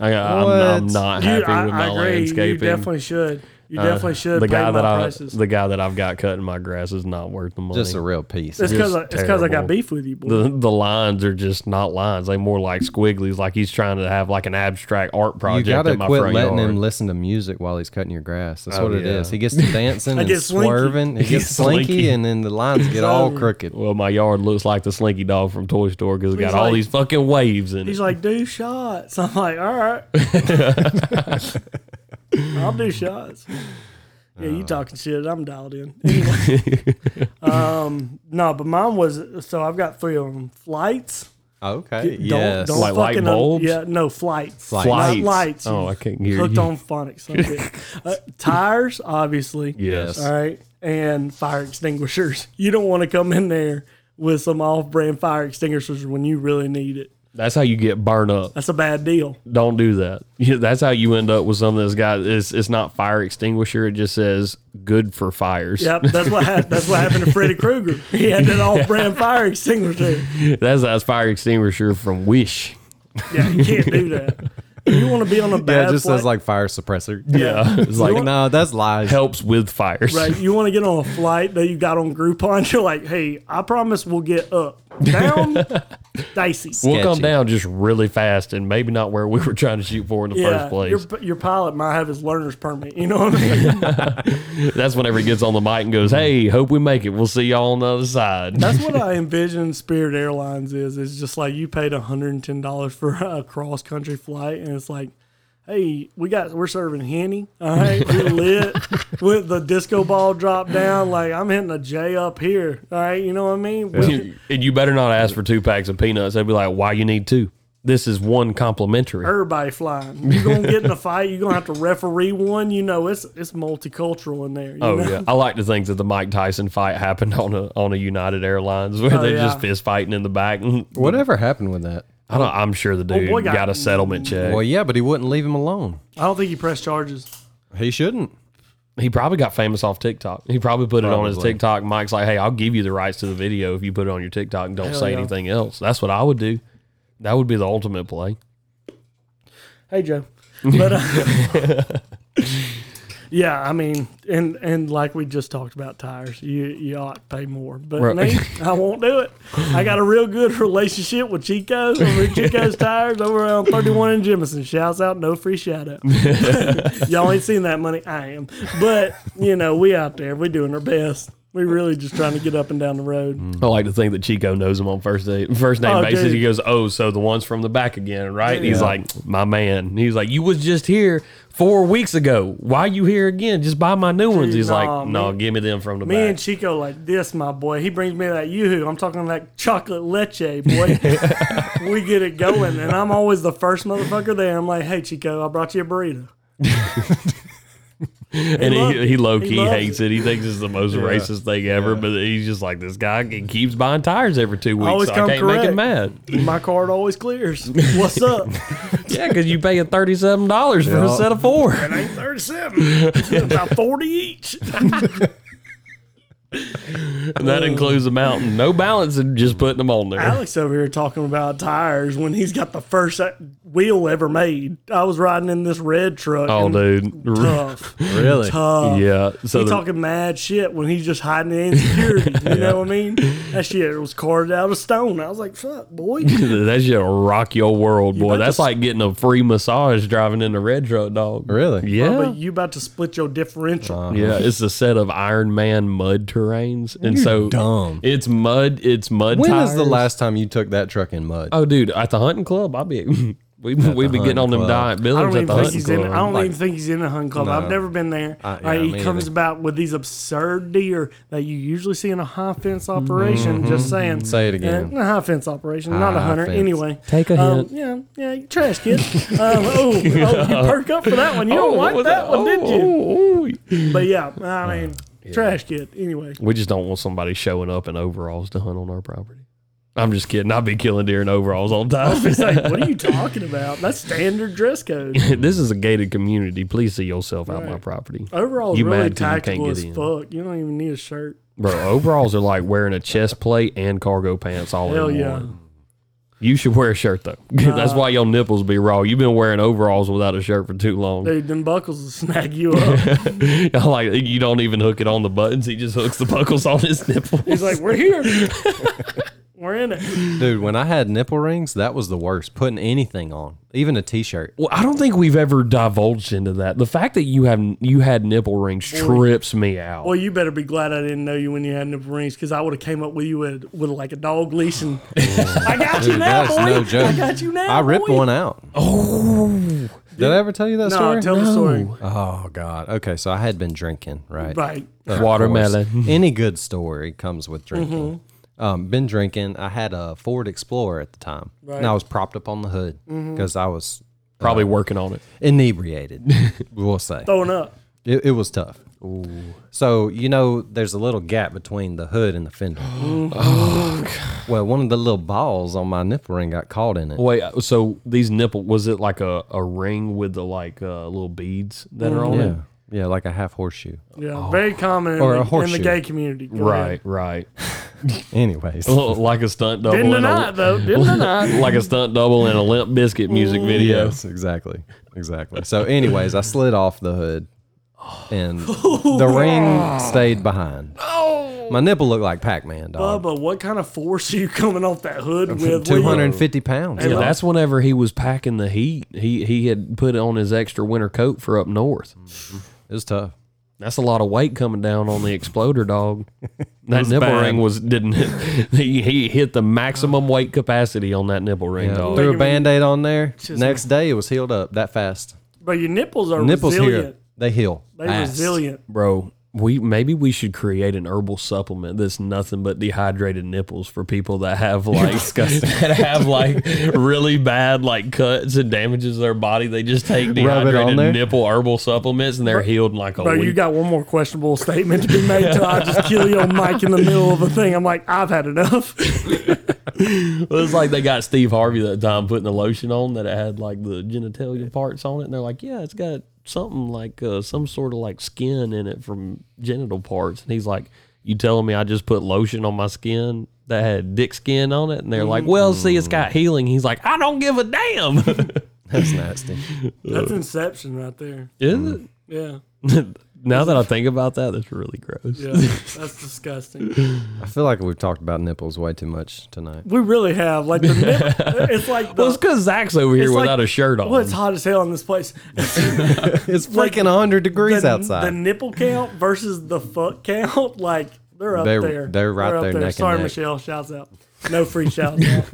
Speaker 2: I, I'm, I'm
Speaker 4: What?
Speaker 2: not
Speaker 3: Dude,
Speaker 2: happy
Speaker 3: I,
Speaker 2: with my
Speaker 3: I agree.
Speaker 2: landscaping.
Speaker 3: You definitely should. You
Speaker 2: Uh,
Speaker 3: definitely should.
Speaker 2: The
Speaker 3: pay
Speaker 2: guy
Speaker 3: my
Speaker 2: that I,
Speaker 3: prices.
Speaker 2: the guy that I've got cutting my grass is not worth the money.
Speaker 4: Just a real piece.
Speaker 3: it's because
Speaker 2: just
Speaker 3: I, it's 'cause I got
Speaker 2: terrible.
Speaker 3: beef with you, boy.
Speaker 2: the, the lines are just not lines. They more like squigglies. Like he's trying to have like an abstract art
Speaker 4: You
Speaker 2: project
Speaker 4: gotta
Speaker 2: in my
Speaker 4: quit
Speaker 2: front
Speaker 4: letting
Speaker 2: yard.
Speaker 4: him listen to music while he's cutting your grass. That's
Speaker 2: Oh,
Speaker 4: what it
Speaker 2: yeah.
Speaker 4: is. He gets to dancing
Speaker 3: I
Speaker 4: and
Speaker 3: get slinky.
Speaker 4: swerving. He gets slinky,
Speaker 2: slinky.
Speaker 4: and then the lines get all
Speaker 3: over.
Speaker 4: crooked.
Speaker 2: Well, my yard looks like the Slinky Dog from Toy Story because it got
Speaker 3: He's
Speaker 2: all
Speaker 3: like-
Speaker 2: these fucking waves in it.
Speaker 3: He's like, do shots. I'm like, all right. I'll do shots. Yeah,
Speaker 2: Uh.
Speaker 3: you talking shit. I'm dialed in. Anyway. um, no, but mine was so I've got three of them. Flights.
Speaker 4: Okay.
Speaker 3: Don't,
Speaker 4: yes.
Speaker 3: don't
Speaker 2: Like light
Speaker 3: fucking
Speaker 2: bulbs?
Speaker 3: yeah, no flights.
Speaker 4: Flights.
Speaker 3: Not
Speaker 2: Flights.
Speaker 3: lights.
Speaker 2: Oh, I can't hear
Speaker 3: Hooked
Speaker 2: you.
Speaker 3: on phonics. son of a bitch. uh, tires, obviously.
Speaker 2: Yes.
Speaker 3: All right. And fire extinguishers. You don't want to come in there with some off-brand fire extinguishers when you really need it.
Speaker 2: That's how you get burned up.
Speaker 3: That's a bad deal.
Speaker 2: Don't do that. Yeah, That's how you end up with something that's got it's it's not fire extinguisher. It just says good for fires.
Speaker 3: Yep, that's what hap that's what happened to Freddy Krueger. He had that off-brand fire extinguisher.
Speaker 2: That's that's fire extinguisher from Wish.
Speaker 3: Yeah, you can't do that. You want to be on a bad
Speaker 4: yeah, it just
Speaker 3: flight,
Speaker 4: says like fire suppressor.
Speaker 2: Yeah, it's
Speaker 4: Like,
Speaker 2: like
Speaker 4: no, that's lies.
Speaker 2: helps with fires.
Speaker 3: right. You want to get on a flight that you got on Groupon. You're like, hey, I promise we'll get up. down, dicey.
Speaker 2: We'll come
Speaker 4: Sketchy.
Speaker 2: down just really fast and maybe not where we were trying to shoot for in the
Speaker 3: Yeah,
Speaker 2: first place.
Speaker 3: your, your pilot might have his learner's permit. You know what I mean?
Speaker 2: That's whenever he gets on the mic and goes, "Hey, hope we make it. We'll see y'all on the other side."
Speaker 3: That's what I envision Spirit Airlines is. It's just like you paid $110 for a cross country flight, and it's like, hey, we got we're serving henny. All right, we lit. With the disco ball drop down, like I'm hitting a J up here. All right, you know what I mean? We-
Speaker 2: and you better not ask for two packs of peanuts. They'd be like, "Why you need two? This is one complimentary."
Speaker 3: everybody flying. You're gonna get in a fight. You're gonna have to referee one. You know, it's it's multicultural in there. you
Speaker 2: Oh
Speaker 3: know?
Speaker 2: yeah, I like to think that the Mike Tyson fight happened on a on a United Airlines where they're just
Speaker 3: Oh, yeah.
Speaker 2: fist fighting in the back. I
Speaker 4: Whatever happened with that?
Speaker 2: don't, I'm sure the dude
Speaker 3: boy
Speaker 2: got,
Speaker 3: got- Mm-hmm.
Speaker 2: a settlement check.
Speaker 4: Well, yeah, but he wouldn't leave him alone.
Speaker 3: I don't think he pressed charges.
Speaker 4: He shouldn't.
Speaker 2: He probably got famous off TikTok. He probably put it on his
Speaker 4: Probably.
Speaker 2: TikTok. Mike's like, "Hey, I'll give you the rights to the video if you put it on your TikTok and don't say
Speaker 3: yeah.
Speaker 2: anything else." That's what I would do. That would be the ultimate play.
Speaker 3: Hey Joe, but uh, yeah, I mean, and and like we just talked about tires, you you ought to pay more. But
Speaker 2: Right.
Speaker 3: me, I won't do it. I got a real good relationship with Chico over at Chico's Tires over on Thirty One in Jemison. Shouts out, no free shout out. Y'all ain't seen that money. I am, but you know we out there, we doing our best. We really just trying to get up and down the road.
Speaker 2: I like to think that Chico knows him on first date, first name
Speaker 3: Oh,
Speaker 2: basis.
Speaker 3: dude.
Speaker 2: He goes, "Oh, so the one's from the back again, right?" And He's like, "My man." He's like, "You was just here four weeks ago. Why you here again? Just buy my new ones."
Speaker 3: Dude,
Speaker 2: He's
Speaker 3: nah,
Speaker 2: like,
Speaker 3: me-
Speaker 2: "No, give me them from the
Speaker 3: Me
Speaker 2: back."
Speaker 3: and Chico like this, my boy. He brings me that yoo-hoo. I'm talking like chocolate leche, boy. we get it going, and I'm always the first motherfucker there. I'm like, hey, Chico, I brought you a burrito.
Speaker 2: and
Speaker 3: loves
Speaker 2: he,
Speaker 3: it.
Speaker 2: he low
Speaker 3: He
Speaker 2: key
Speaker 3: loves
Speaker 2: hates it. He thinks it's the most racist thing ever. But he's just like, "This guy he keeps buying tires every two weeks.
Speaker 3: Always
Speaker 2: So I
Speaker 3: come
Speaker 2: can't make
Speaker 3: correct.
Speaker 2: him mad."
Speaker 3: My card always clears. What's up?
Speaker 2: yeah, because you paying thirty seven dollars for a
Speaker 4: Yeah.
Speaker 2: set of four.
Speaker 3: Ain't 37. About 40 each.
Speaker 2: And that includes the mountain, no balance, and just putting them on there.
Speaker 3: Alex over here talking about tires when he's got the first uh, wheel ever made. I was riding in this red truck.
Speaker 2: oh,
Speaker 3: and
Speaker 2: dude.
Speaker 3: Tough.
Speaker 4: Really?
Speaker 3: Tough.
Speaker 2: Yeah. So
Speaker 3: he
Speaker 2: the-
Speaker 3: talking mad shit when he's just hiding the insecurity. You know what I mean? That shit was carved out of stone. I was like, fuck, boy.
Speaker 2: That shit will rock your world, boy.
Speaker 3: about
Speaker 2: That's
Speaker 3: to s-
Speaker 2: like getting a free massage driving in the red truck, dog.
Speaker 4: Really?
Speaker 3: But
Speaker 2: Yeah.
Speaker 3: you about to split your differential.
Speaker 2: Yeah, it's a set of Iron Man mud terrains, and so
Speaker 4: dumb.
Speaker 2: It's mud. It's mud.
Speaker 4: When
Speaker 2: tires.
Speaker 4: is the last time you took that truck in mud?
Speaker 2: Oh, dude, at the hunting club, I'll be. We we be getting on them
Speaker 4: club.
Speaker 2: diet
Speaker 3: I
Speaker 2: billings
Speaker 3: don't
Speaker 2: at
Speaker 3: even
Speaker 2: the
Speaker 3: think
Speaker 2: hunting
Speaker 3: he's in.
Speaker 2: club.
Speaker 3: I don't
Speaker 2: Like,
Speaker 3: even think he's in a hunting club. I've never been there.
Speaker 4: I-
Speaker 3: Like,
Speaker 4: yeah,
Speaker 3: he
Speaker 4: me
Speaker 3: comes
Speaker 4: either.
Speaker 3: about with these absurd deer that you usually see in a high fence operation. Just saying.
Speaker 4: Say it again.
Speaker 3: Uh, a high fence operation, not a
Speaker 4: High
Speaker 3: hunter.
Speaker 4: fence.
Speaker 3: Anyway,
Speaker 2: Take a
Speaker 3: um,
Speaker 2: hint.
Speaker 3: yeah, yeah, you trash kid. um, oh, oh, you perk up for that one. You don't like that, one, did you?
Speaker 2: oh, did you?
Speaker 3: But yeah, I mean, trash kid. Anyway,
Speaker 2: We just don't want somebody showing up in overalls to hunt on our property. I'm just kidding. I'd be killing deer in overalls all the time.
Speaker 3: it's like, what are you talking about? That's standard dress code.
Speaker 2: this is a gated community. Please see yourself out my
Speaker 3: Right.
Speaker 2: property.
Speaker 3: Overall,
Speaker 2: You
Speaker 3: really
Speaker 2: mad 'cause you can't
Speaker 3: tactical
Speaker 2: get
Speaker 3: as
Speaker 2: in.
Speaker 3: fuck. You don't even need a shirt.
Speaker 2: Bro, overalls are like wearing a chest plate and cargo pants all
Speaker 3: Hell
Speaker 2: in
Speaker 3: yeah.
Speaker 2: one. You should wear a shirt though. That's why your nipples be raw. You've been wearing overalls without a shirt for too long.
Speaker 3: Dude, them buckles will snag you up.
Speaker 2: like you don't even hook it on the buttons. He just hooks the buckles on his nipple.
Speaker 3: He's like, we're here. we're in it.
Speaker 4: Dude, when I had nipple rings, that was the worst. Putting anything on, even a t-shirt.
Speaker 2: Well, I don't think we've ever divulged into that. The fact that you have you had nipple rings trips me out.
Speaker 3: Well, you better be glad I didn't know you when you had nipple rings because I would have came up with you with, with like a dog leash and I got you
Speaker 4: Dude,
Speaker 3: now,
Speaker 4: that's
Speaker 3: boy.
Speaker 4: no joke.
Speaker 3: I got you now.
Speaker 4: I ripped
Speaker 3: boy.
Speaker 4: one out. Oh. Did I ever tell you that
Speaker 3: No,
Speaker 4: story?
Speaker 3: tell the story.
Speaker 4: Oh God. Okay, so I had been drinking, right?
Speaker 3: Right.
Speaker 4: Of
Speaker 2: Watermelon.
Speaker 4: course. Any good story comes with drinking.
Speaker 3: Mm-hmm.
Speaker 4: Um, been drinking. I had a Ford Explorer at the time, and I was propped up on the hood
Speaker 3: Mm-hmm.
Speaker 4: because I was
Speaker 2: Probably working on it.
Speaker 4: inebriated. we'll say
Speaker 3: Throwing up.
Speaker 4: it, it was tough. So you know, there's a little gap between the hood and the fender.
Speaker 3: Mm-hmm.
Speaker 4: well, one of the little balls on my nipple ring got caught in it.
Speaker 2: Wait, uh, so these nipple was it like a, a ring with the like uh, little beads that
Speaker 3: Mm,
Speaker 2: are on
Speaker 4: Yeah,
Speaker 2: it?
Speaker 4: yeah, like a half horseshoe.
Speaker 3: Yeah. Very common in, the,
Speaker 4: Or a
Speaker 3: in the
Speaker 4: horseshoe.
Speaker 3: gay community. Go
Speaker 2: Right,
Speaker 3: ahead.
Speaker 2: right.
Speaker 4: Anyways,
Speaker 3: Oh,
Speaker 2: like a stunt double.
Speaker 3: Didn't
Speaker 2: in a-
Speaker 3: deny it, though. Didn't deny it.
Speaker 2: like a stunt double in a Limp Biscuit music video.
Speaker 4: Mm, Yes, exactly. Exactly. So, anyways, I slid off the hood and the ring stayed behind. My nipple looked like Pac Man, dog.
Speaker 3: Oh. Bubba, what kind of force are you coming off that hood with?
Speaker 4: Um, Two hundred and fifty pounds.
Speaker 2: Yeah,
Speaker 4: dog.
Speaker 2: that's whenever he was packing the heat. He he had put on his extra winter coat for up north.
Speaker 4: It was tough.
Speaker 2: That's a lot of weight coming down on the exploder dog. That nipple
Speaker 1: bad.
Speaker 2: ring was didn't he, he hit the maximum weight capacity on that nipple ring
Speaker 4: Yeah,
Speaker 2: dog.
Speaker 4: Threw a band aid on there. Next day it was healed up that fast.
Speaker 3: But your nipples are
Speaker 4: Nipples
Speaker 3: resilient.
Speaker 4: here. They heal.
Speaker 3: They're
Speaker 4: fast.
Speaker 3: resilient.
Speaker 2: Bro, we maybe we should create an herbal supplement that's nothing but dehydrated nipples for people that have like that have like really bad like cuts and damages to their body. They just take
Speaker 4: it on
Speaker 2: dehydrated
Speaker 4: there.
Speaker 2: nipple herbal supplements and they're healed in like a
Speaker 4: Oh,
Speaker 3: Bro,
Speaker 2: week.
Speaker 3: you got one more questionable statement to be made till I just kill your mic in the middle of a thing. I'm like, I've had enough.
Speaker 2: It was like they got Steve Harvey that time putting the lotion on that it had like the genitalia parts on it, and they're like, "Yeah, it's got something like uh, some sort of like skin in it from genital parts." And he's like, "You telling me I just put lotion on my skin that had dick skin on it?" And they're like, "Well, see, it's
Speaker 3: Mm.
Speaker 2: got healing." He's like, "I don't give a damn."
Speaker 4: That's nasty.
Speaker 3: That's inception right there.
Speaker 2: Is
Speaker 3: Yeah.
Speaker 2: it? now that I think about that, that's really gross.
Speaker 3: Yeah. That's disgusting.
Speaker 4: I feel like we've talked about nipples way too much tonight.
Speaker 3: We really have. Like the nip- it's like the,
Speaker 2: Well, it's because Zach's over
Speaker 3: It's
Speaker 2: here
Speaker 3: like-
Speaker 2: without a shirt on.
Speaker 3: well, it's hot as hell in this place.
Speaker 4: It's freaking hundred degrees
Speaker 3: the,
Speaker 4: outside.
Speaker 3: The nipple count versus the fuck count, like they're up
Speaker 4: They're-
Speaker 3: there.
Speaker 4: they're right
Speaker 3: up
Speaker 4: there neck and
Speaker 3: Sorry,
Speaker 4: neck.
Speaker 3: Michelle. Shouts out. No free shouts out.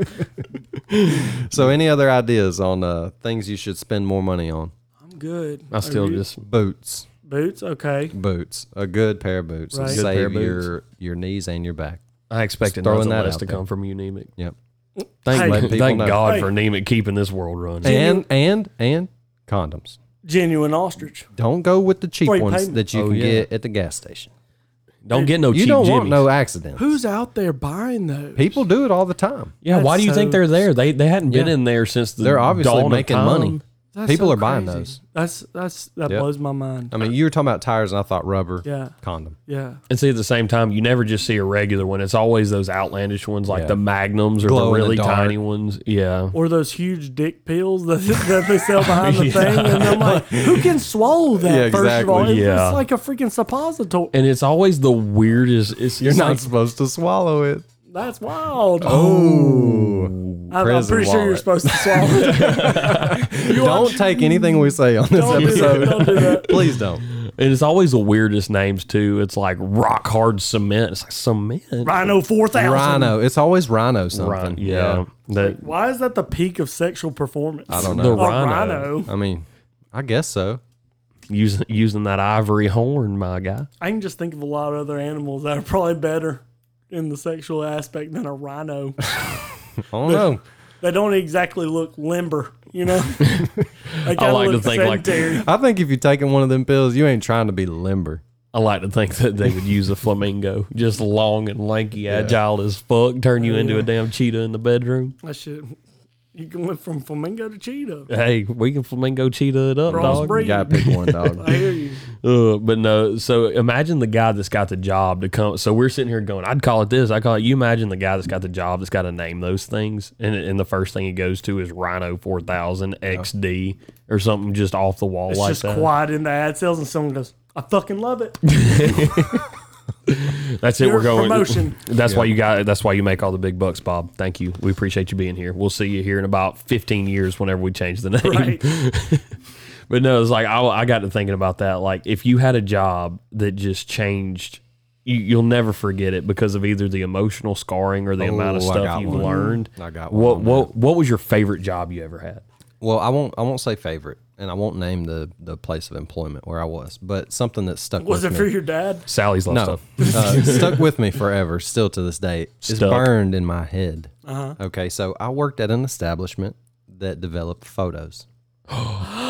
Speaker 4: so, any other ideas on uh, things you should spend more money on?
Speaker 3: I'm good.
Speaker 2: I
Speaker 3: Are
Speaker 2: still
Speaker 3: you-
Speaker 2: just
Speaker 4: Boots,
Speaker 3: boots. Okay.
Speaker 4: boots, a good pair of boots,
Speaker 3: Right.
Speaker 4: and
Speaker 3: Good
Speaker 2: pair
Speaker 4: save
Speaker 2: of boots.
Speaker 4: your your knees and your back.
Speaker 2: I expected
Speaker 4: Just throwing
Speaker 2: nothing
Speaker 4: that
Speaker 2: less
Speaker 4: out
Speaker 2: to
Speaker 4: there.
Speaker 2: come from anemic.
Speaker 4: Yep.
Speaker 2: Thank,
Speaker 3: Hey.
Speaker 4: Let people
Speaker 2: thank
Speaker 4: know.
Speaker 2: God
Speaker 3: Hey.
Speaker 2: for Nemec keeping this world running.
Speaker 4: And and and condoms.
Speaker 3: Genuine ostrich.
Speaker 4: Don't go with the cheap
Speaker 3: Free
Speaker 4: ones
Speaker 3: payment.
Speaker 4: that you
Speaker 2: Oh,
Speaker 4: can
Speaker 2: yeah.
Speaker 4: get at the gas station.
Speaker 2: Don't get no
Speaker 4: You
Speaker 2: cheap
Speaker 4: don't
Speaker 2: Jimmies.
Speaker 4: want no accidents.
Speaker 3: Who's out there buying those?
Speaker 4: People do it all the time.
Speaker 2: Yeah, why
Speaker 3: That's
Speaker 2: do you think
Speaker 3: so-
Speaker 2: they're there? They they hadn't been in there since the
Speaker 4: They're obviously
Speaker 2: dawn of
Speaker 4: making
Speaker 2: time.
Speaker 4: money.
Speaker 3: That's
Speaker 4: People
Speaker 3: so
Speaker 4: are buying
Speaker 3: crazy.
Speaker 4: those.
Speaker 3: That's that's that
Speaker 4: Yep.
Speaker 3: blows my mind.
Speaker 4: I mean, you were talking about tires, and I thought rubber,
Speaker 3: Yeah.
Speaker 4: condom.
Speaker 3: Yeah.
Speaker 2: And see, at the same time, you never just see a regular one. It's always those outlandish ones, like
Speaker 4: Yeah.
Speaker 2: the magnums or
Speaker 4: Glow in
Speaker 2: the
Speaker 4: the
Speaker 2: really
Speaker 4: dark.
Speaker 2: tiny ones. Yeah,
Speaker 3: Or those huge dick pills that, that they sell behind the thing, and I'm like, who can swallow that?
Speaker 4: Yeah,
Speaker 3: First of all,
Speaker 4: exactly.
Speaker 3: It's-
Speaker 2: Yeah.
Speaker 3: it's like a freaking suppository.
Speaker 2: and it's always the weirdest. It's
Speaker 4: You're
Speaker 2: it's
Speaker 4: not
Speaker 2: like-
Speaker 4: supposed to swallow it.
Speaker 3: That's wild. Oh, I'm, I'm
Speaker 4: prison
Speaker 3: pretty sure you're
Speaker 4: wallet.
Speaker 3: supposed to swallow. it.
Speaker 4: Don't take anything we say on this
Speaker 3: Don't do that.
Speaker 4: episode.
Speaker 3: Don't do that.
Speaker 4: Please don't.
Speaker 2: and it's always the weirdest names too. It's like rock hard cement. It's like cement.
Speaker 3: Rhino four thousand.
Speaker 4: Rhino. It's always rhino
Speaker 2: Right.
Speaker 4: something.
Speaker 2: Yeah. That
Speaker 3: Why is that the peak of sexual performance? I
Speaker 4: don't
Speaker 2: the
Speaker 4: know.
Speaker 3: A
Speaker 2: rhino,
Speaker 3: rhino.
Speaker 4: I mean, I guess so.
Speaker 2: using using that ivory horn, my guy.
Speaker 3: I can just think of a lot of other animals that are probably better in the sexual aspect than a rhino.
Speaker 4: I don't know.
Speaker 3: they don't exactly look limber, you know. They
Speaker 2: I
Speaker 3: kinda
Speaker 2: like to
Speaker 3: look
Speaker 2: think like
Speaker 3: sedentary.
Speaker 4: I think if you're taking one of them pills, you ain't trying to be limber.
Speaker 2: I like to think that they would use a flamingo, just long and lanky, agile as fuck, turn
Speaker 3: Oh,
Speaker 2: you into a damn cheetah in the bedroom.
Speaker 3: that shit. You can went from flamingo to cheetah.
Speaker 2: Hey, we can flamingo cheetah it up, dog.
Speaker 4: You
Speaker 3: Crossbreed.
Speaker 4: gotta pick one dog.
Speaker 3: I hear you.
Speaker 2: Ugh, but no, so imagine the guy that's got the job to come. So we're sitting here going, I'd call it this. I call it. You imagine the guy that's got the job that's got to name those things, and and the first thing he goes to is Rhino Four Thousand XD or something just off the wall
Speaker 3: It's
Speaker 2: like
Speaker 3: just
Speaker 2: that.
Speaker 3: quiet in the ad sales, and someone goes, "I fucking love it."
Speaker 2: That's it.
Speaker 3: Your
Speaker 2: We're going
Speaker 3: promotion.
Speaker 2: That's why you got. That's why you make all the big bucks, Bob. Thank you. We appreciate you being here. We'll see you here in about 15 years whenever we change the name.
Speaker 3: Right.
Speaker 2: But no, it's like I, I got to thinking about that. Like if you had a job that just changed, you, you'll never forget it because of either the emotional scarring or the amount of
Speaker 4: Oh, I
Speaker 2: stuff
Speaker 4: got
Speaker 2: you've
Speaker 4: one.
Speaker 2: learned.
Speaker 4: I got one
Speaker 2: What
Speaker 4: on
Speaker 2: what what was your favorite job you ever had?
Speaker 4: Well, I won't. I won't say favorite, and I won't name the the place of employment where I was, but something that stuck
Speaker 3: Was
Speaker 4: with
Speaker 3: it
Speaker 4: me.
Speaker 3: for your dad?
Speaker 2: Sally's love
Speaker 4: No,
Speaker 2: stuff.
Speaker 4: uh, stuck with me forever. Still to this day, it's
Speaker 2: Stuck.
Speaker 4: burned in my head.
Speaker 3: Uh-huh.
Speaker 4: Okay, so I worked at an establishment that developed photos.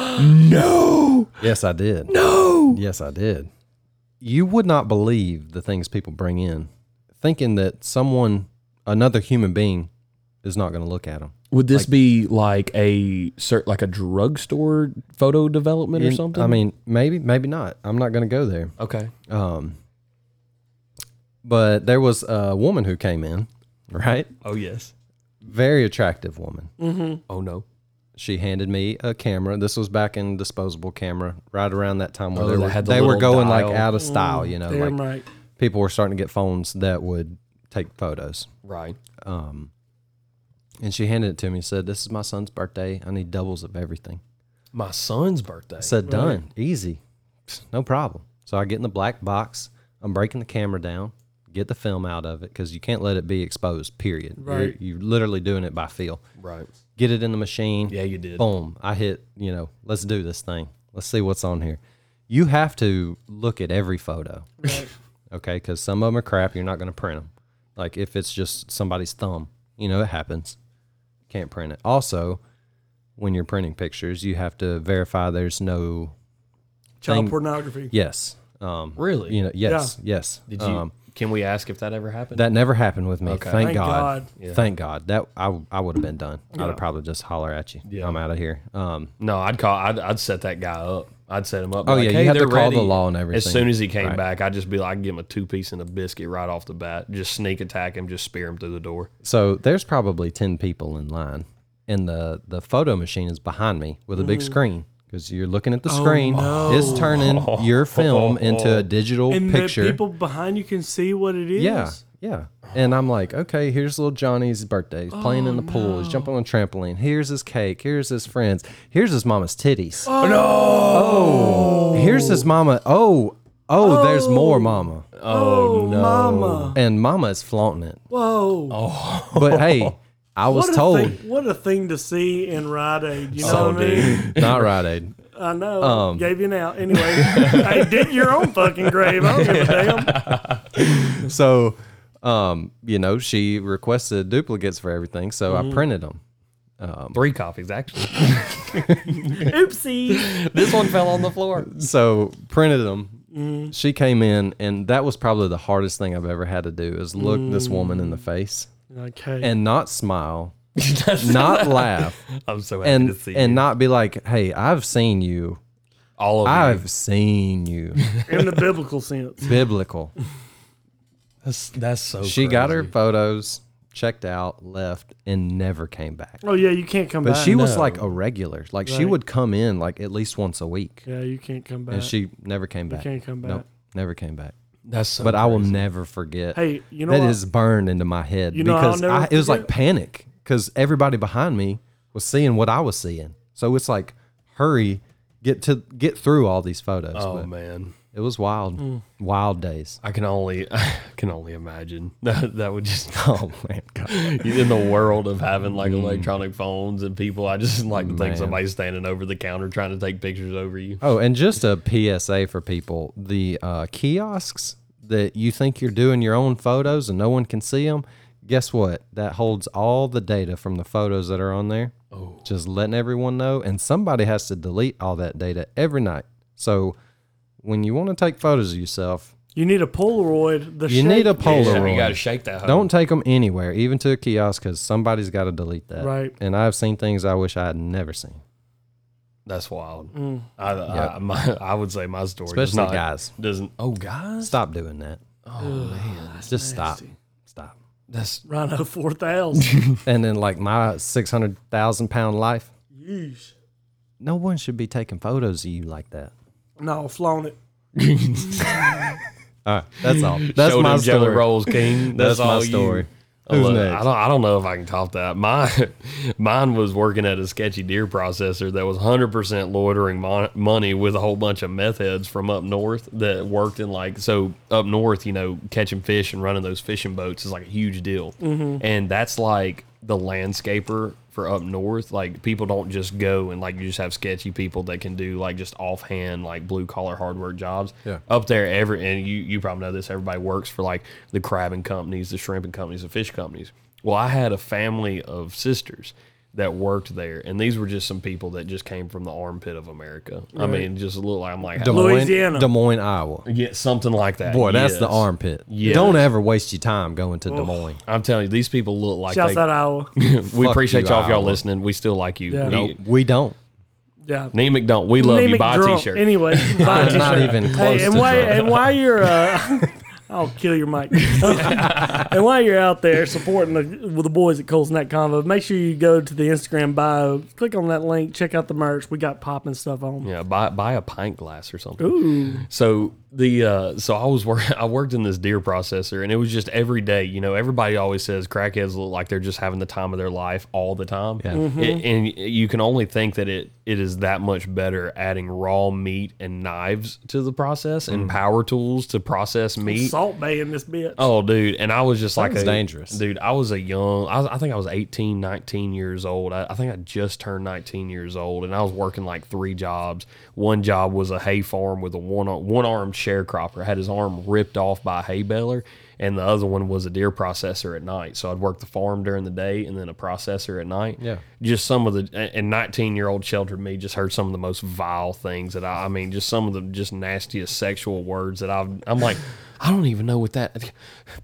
Speaker 4: no. Yes, I did. No. Yes, I did. You would not believe the things people bring in, thinking that someone, another human being, is not going to look at them.
Speaker 2: Would this be like a cer- like a drugstore photo development or
Speaker 4: And,
Speaker 2: something?
Speaker 4: I mean, maybe, maybe not. I'm not going to go there.
Speaker 2: okay.
Speaker 4: Um, but there was a woman who came in, right?
Speaker 2: Oh yes.
Speaker 4: Very attractive woman.
Speaker 2: Oh no.
Speaker 4: She handed me a camera. This was back in disposable camera, right around that time where
Speaker 2: Oh,
Speaker 4: they
Speaker 2: they
Speaker 4: were,
Speaker 2: had the
Speaker 4: they were
Speaker 2: little
Speaker 4: going like
Speaker 2: dial. Mm,
Speaker 4: out of style, you know,
Speaker 3: Damn
Speaker 4: like
Speaker 3: right.
Speaker 4: people were starting to get phones that would take photos.
Speaker 2: Right.
Speaker 4: Um, And she handed it to me and said, This is my son's birthday. I need doubles of everything.
Speaker 2: My son's birthday.
Speaker 4: I said, Done. Easy. No problem. So I get in the black box. I'm breaking the camera down, get the film out of it because you can't let it be exposed, period. You're-
Speaker 3: Right.
Speaker 4: You're, literally doing it by feel.
Speaker 2: right.
Speaker 4: Get it in the machine.
Speaker 2: Yeah, you did.
Speaker 4: Boom. I hit, you know, let's do this thing. Let's see what's on here. You have to look at every photo. okay. Because some of them are crap. You're not going to print them. Like if it's just somebody's thumb, you know, it happens. Can't print it. Also, when you're printing pictures, you have to verify there's no,
Speaker 3: Child
Speaker 4: Thing-
Speaker 3: pornography.
Speaker 4: yes. Um,
Speaker 2: Really?
Speaker 4: you know, yes, yes.
Speaker 2: Did you?
Speaker 4: Um,
Speaker 2: can we ask if that ever happened?
Speaker 4: that never happened with me. Thank,
Speaker 3: Thank
Speaker 4: God.
Speaker 3: God.
Speaker 4: Thank God. That I, I would have been done. I'd have probably just holler at you.
Speaker 2: Yeah.
Speaker 4: I'm out of here. Um,
Speaker 2: no, I'd call. I'd, I'd set that guy up. I'd set him up.
Speaker 4: Oh,
Speaker 2: like,
Speaker 4: yeah, you
Speaker 2: hey,
Speaker 4: have to
Speaker 2: they're
Speaker 4: call the
Speaker 2: ready."
Speaker 4: law and
Speaker 2: As
Speaker 4: everything.
Speaker 2: soon as he came
Speaker 4: Right.
Speaker 2: back, I'd just be like, I'd give him a two piece and a biscuit right off the bat. Just sneak attack him. Just spear him through the door.
Speaker 4: So there's probably ten people in line, and the the photo machine is behind me with a big screen because you're looking at the screen. It's turning your film into a digital
Speaker 3: And
Speaker 4: picture.
Speaker 3: the people behind you can see what it is.
Speaker 4: yeah, yeah. And I'm like, okay, here's little Johnny's birthday. He's playing in the pool. He's jumping on a trampoline. Here's his cake. Here's his friends. Here's his mama's titties. Oh, no. Here's his mama. Oh, oh, there's more mama.
Speaker 3: Oh, mama.
Speaker 4: And mama is flaunting it.
Speaker 3: Whoa.
Speaker 4: But hey, I was
Speaker 3: what, a
Speaker 4: told.
Speaker 3: Thing, what a thing to see in Rite Aid. You know
Speaker 4: So,
Speaker 3: what I mean?
Speaker 4: dude, not Rite Aid.
Speaker 3: I know.
Speaker 4: Um,
Speaker 3: Gave you an out. Anyway, I dig your own fucking grave. I don't give a damn.
Speaker 4: So, um, you know, she requested duplicates for everything, so
Speaker 2: Mm-hmm.
Speaker 4: I printed them. Um,
Speaker 2: Three coffees actually.
Speaker 3: Oopsie.
Speaker 2: this one fell on the floor. Mm-hmm.
Speaker 4: So printed them. She came in, and that was probably the hardest thing I've ever had to do is look this woman
Speaker 2: Mm.
Speaker 4: in the face
Speaker 3: Okay.
Speaker 4: and not smile, not laugh,
Speaker 2: I'm so happy
Speaker 4: and
Speaker 2: to see you.
Speaker 4: and
Speaker 2: Oh,
Speaker 4: not be like, "Hey, I've seen you.
Speaker 2: all of you.
Speaker 4: I've seen you."
Speaker 3: in the biblical sense.
Speaker 4: Biblical.
Speaker 2: That's, that's so.
Speaker 4: She got her photos checked out, left, and never came back.
Speaker 3: Oh yeah, you can't come
Speaker 4: But
Speaker 3: back.
Speaker 4: she was like a regular. Like she
Speaker 3: Right.
Speaker 4: would come in like at least once a week.
Speaker 3: yeah, you can't come back.
Speaker 4: And she never came back.
Speaker 3: can't come
Speaker 4: Nope,
Speaker 3: back.
Speaker 4: never came back.
Speaker 2: That's so.
Speaker 4: But I will never forget.
Speaker 3: hey, you know
Speaker 4: that
Speaker 3: what?
Speaker 4: is burned into my head
Speaker 3: You know, I'll
Speaker 4: because
Speaker 3: never
Speaker 4: I, it was like
Speaker 3: forget-
Speaker 4: panic because everybody behind me was seeing what I was seeing. So it's like, hurry, get to get through all these photos.
Speaker 2: oh
Speaker 4: But
Speaker 2: man.
Speaker 4: it was wild,
Speaker 3: Mm.
Speaker 4: wild days.
Speaker 2: I can only I can only imagine that that would just
Speaker 4: Oh man, God.
Speaker 2: in the world of having like electronic phones and people. I just like to
Speaker 4: Mm. Man.
Speaker 2: think somebody's standing over the counter trying to take pictures over you.
Speaker 4: Oh, and just a PSA for people: the uh, kiosks that you think you're doing your own photos and no one can see them. Guess what? That holds all the data from the photos that are on there. Oh. Just letting everyone know, and somebody has to delete all that data every night. So when you want to take photos of yourself,
Speaker 3: you need a Polaroid. The
Speaker 4: you need a
Speaker 3: shape-
Speaker 4: Polaroid.
Speaker 2: You got to shake that. Hoe.
Speaker 4: Don't take them anywhere, even to a kiosk, because somebody's got to delete that.
Speaker 3: Right.
Speaker 4: And I've seen things I wish I had never seen,
Speaker 2: That's wild. I, I, my, I would say my story does
Speaker 4: especially
Speaker 2: not,
Speaker 4: guys.
Speaker 2: doesn't. Oh, guys,
Speaker 4: Stop doing that. Just stop. Stop.
Speaker 2: that's
Speaker 3: Rhino four thousand.
Speaker 4: And then like my six hundred thousand pound life, no one should be taking photos of you like that.
Speaker 3: no, flown it.
Speaker 4: All right, that's all. That's
Speaker 2: Show
Speaker 4: my
Speaker 2: them Jelly
Speaker 4: story.
Speaker 2: Rolls King. That's,
Speaker 4: That's my
Speaker 2: all you-
Speaker 4: story.
Speaker 2: I
Speaker 4: Who's
Speaker 2: love it.
Speaker 4: next?
Speaker 2: I don't. I don't know if I can top that. My, mine was working at a sketchy deer processor that was 100% loitering mon- money with a whole bunch of meth heads from up north that worked in like so up north. You know, catching fish and running those fishing boats is like a huge deal, and that's like the landscaper for up north. Like people don't just go and like you just have sketchy people that can do like just offhand like blue collar hard work jobs.
Speaker 4: Yeah.
Speaker 2: Up there, every and you you probably know this. Everybody works for like the crabbing companies, the shrimping companies, the fish companies. Well, I had a family of sisters that worked there, and these were just some people that just came from the armpit of America. I mean, just a little. I'm like,
Speaker 4: Des Moines,
Speaker 3: Louisiana.
Speaker 4: Des Moines, Iowa.
Speaker 2: yeah, something like that.
Speaker 4: Boy, that's the
Speaker 2: Yes.
Speaker 4: armpit.
Speaker 2: Yes.
Speaker 4: Don't ever waste your time going to Des Moines.
Speaker 2: I'm telling you, these people look like
Speaker 3: Shouts
Speaker 2: they,
Speaker 3: out Iowa.
Speaker 2: we
Speaker 4: Fuck
Speaker 2: appreciate
Speaker 4: you,
Speaker 2: y'all if y'all
Speaker 4: Iowa.
Speaker 2: listening. We still like you.
Speaker 3: Yeah.
Speaker 2: We-
Speaker 3: Nope.
Speaker 4: We don't.
Speaker 3: Yeah.
Speaker 2: Nemec don't. We love you.
Speaker 3: Anemic
Speaker 2: Buy a
Speaker 3: drunk.
Speaker 2: t-shirt.
Speaker 3: Anyway, buy a
Speaker 4: I'm
Speaker 3: t-shirt.
Speaker 4: not even close
Speaker 3: Hey, and
Speaker 4: to
Speaker 3: why?
Speaker 4: drunk.
Speaker 3: And why you're? Uh, I I'll kill your mic. and while you're out there supporting the, with the boys at Cole's Neck Convo, make sure you go to the Instagram bio, click on that link, check out the merch. We got popping stuff on.
Speaker 2: Yeah, buy buy a pint glass or something. So the uh, so I was work I worked in this deer processor and it was just every day. You know, everybody always says crackheads look like they're just having the time of their life all the time. Yeah. It, and you can only think that it it is that much better adding raw meat and knives to the process and power tools to process meat.
Speaker 3: Salt Bay in this bitch.
Speaker 2: Oh, dude. And I was just like,
Speaker 4: Sounds
Speaker 2: a,
Speaker 4: dangerous.
Speaker 2: Dude, I was a young, I, was, I think I was 18, 19 years old. I, I think I just turned 19 years old and I was working like three jobs. One job was a hay farm with a one, one armed sharecropper, had his arm ripped off by a hay baler. And the other one was a deer processor at night. So I'd work the farm during the day and then a processor at night.
Speaker 4: Yeah.
Speaker 2: Just some of the, and 19 year old sheltered me just heard some of the most vile things that I, I mean, just some of the just nastiest sexual words that I've, I'm like, I don't even know what that.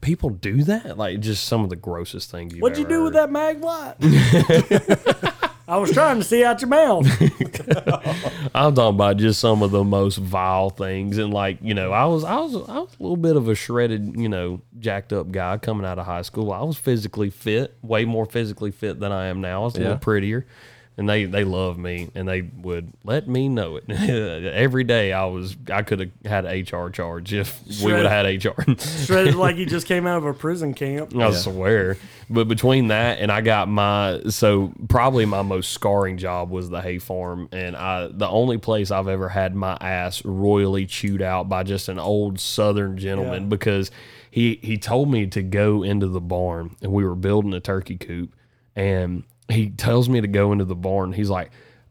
Speaker 2: People do that, like just some of the grossest things. You've
Speaker 3: What'd you
Speaker 2: ever
Speaker 3: do with
Speaker 2: heard.
Speaker 3: that mag light? I was trying to see out your mouth.
Speaker 2: I'm talking about just some of the most vile things, and like you know, I was I was I was a little bit of a shredded, you know, jacked up guy coming out of high school. I was physically fit, way more physically fit than I am now. I was a
Speaker 4: Yeah.
Speaker 2: little prettier, and they they loved me, and they would let me know it every day. I was I could have had a HR charge if we would have had HR.
Speaker 3: Shredded like you just came out of a prison camp.
Speaker 2: I swear. But between that and I got my so probably my most scarring job was the hay farm, and I the only place I've ever had my ass royally chewed out by just an old Southern gentleman
Speaker 3: Yeah.
Speaker 2: because he he told me to go into the barn and we were building a turkey coop and he tells me to go into the barn. He's like.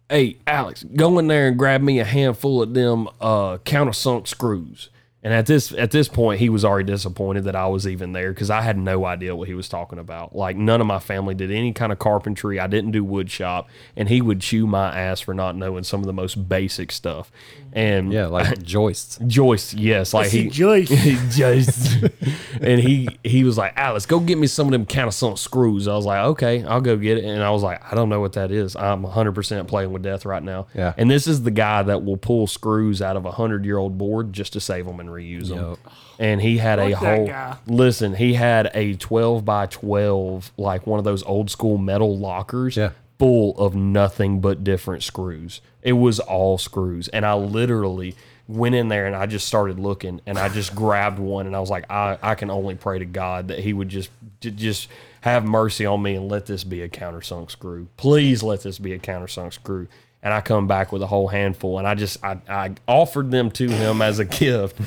Speaker 2: Hey Alex, go in there and grab me a handful of them uh, countersunk screws. And at this at this point, he was already disappointed that I was even there because I had no idea what he was talking about. Like none of my family did any kind of carpentry. I didn't do wood shop, and he would chew my ass for not knowing some of the most basic stuff. And
Speaker 4: Yeah, like joists.
Speaker 2: Joyce, yes, like
Speaker 3: See,
Speaker 2: he
Speaker 3: Joyce.
Speaker 2: Joyce, and he he was like, Alex, go get me some of them countersunk screws. I was like, okay, I'll go get it. And I was like, I don't know what that is. I'm 100 percent playing with death right now.
Speaker 4: Yeah.
Speaker 2: And this is the guy that will pull screws out of a hundred year old board just to save them and reuse them.
Speaker 4: Yup.
Speaker 2: And he had a
Speaker 3: Fuck that
Speaker 2: whole
Speaker 3: guy.
Speaker 2: listen. He had a 12 by 12, like one of those old school metal lockers
Speaker 4: Yeah.
Speaker 2: full of nothing but different screws. It was all screws. And I literally went in there and I just started looking and I just grabbed one and I was like, I, I can only pray to God that he would just j- just have mercy on me and let this be a countersunk screw. Please let this be a countersunk screw. And I come back with a whole handful and I just I, I offered them to him as a gift,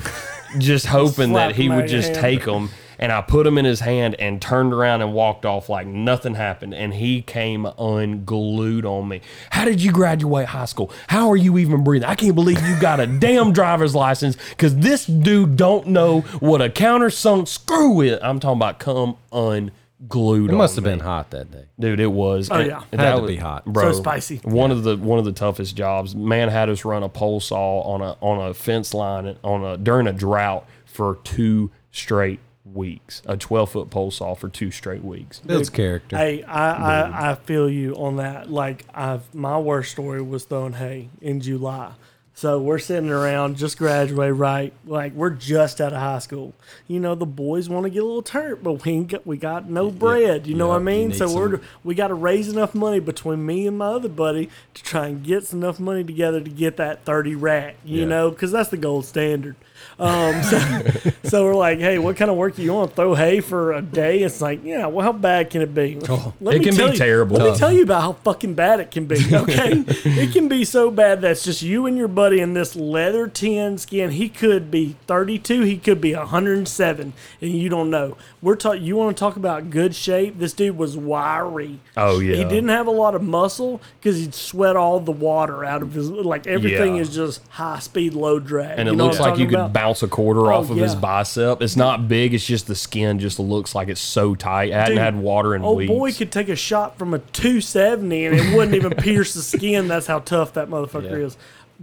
Speaker 2: just hoping
Speaker 3: Slap
Speaker 2: that he
Speaker 3: him out
Speaker 2: would
Speaker 3: of your
Speaker 2: just
Speaker 3: hand.
Speaker 2: take take them and I put them in his hand and turned around and walked off like nothing happened. And he came unglued on me. How did you graduate high school? How are you even breathing? I can't believe you got a damn driver's license because this dude don't know what a countersunk screw is. I'm talking about come unglued.
Speaker 4: It
Speaker 2: on
Speaker 4: must have
Speaker 2: me.
Speaker 4: been hot that day.
Speaker 2: Dude, it was. Oh
Speaker 3: yeah.
Speaker 4: Had to be hot.
Speaker 2: bro.
Speaker 3: So spicy.
Speaker 2: One of the one of the toughest jobs. Man had us run a pole saw on a on a fence line on a during a drought for two straight weeks. A twelve foot pole saw for two straight weeks.
Speaker 4: Builds character.
Speaker 3: Hey, I, I, I feel you on that. Like I've my worst story was throwing hay in July. So we're sitting around, just graduated, right? Like we're just out of high school. You know, the boys want to get a little turnt, but we ain't got, we got no bread. You know
Speaker 4: yeah,
Speaker 3: what I
Speaker 4: you
Speaker 3: mean?
Speaker 4: need
Speaker 3: So we're
Speaker 4: some-
Speaker 3: we got to raise enough money between me and my other buddy to try and get enough money together to get that thirty rack. You
Speaker 4: Yeah.
Speaker 3: know, because that's the gold standard. Um, so, so we're like, hey, what kind of work do you want? Throw hay for a day? It's like, yeah, well, how bad can it be? Let
Speaker 2: Oh, it can be
Speaker 3: tell you-
Speaker 2: terrible. Uh.
Speaker 3: Let me tell you about how fucking bad it can be. Okay, it can be so bad that's just you and your buddy in this leather tin skin. He could be 32. He could be 107, and you don't know. We're talk. You want to talk about good shape? This dude was wiry.
Speaker 2: Oh,
Speaker 3: He
Speaker 2: yeah.
Speaker 3: didn't have a lot of muscle because he'd sweat all the water out of his. Like everything
Speaker 2: Yeah.
Speaker 3: is just high speed, low drag.
Speaker 2: And it
Speaker 3: You know
Speaker 2: looks
Speaker 3: what I'm
Speaker 2: like you
Speaker 3: talking
Speaker 2: could
Speaker 3: about? Oh,
Speaker 2: bounce a quarter off of his
Speaker 3: yeah.
Speaker 2: bicep. It's not big. It's just the skin just looks like it's so tight. It hadn't
Speaker 3: Dude,
Speaker 2: had water in
Speaker 3: Old
Speaker 2: weeks.
Speaker 3: boy could take a shot from a 270 and it wouldn't even pierce the skin. That's how tough that motherfucker is.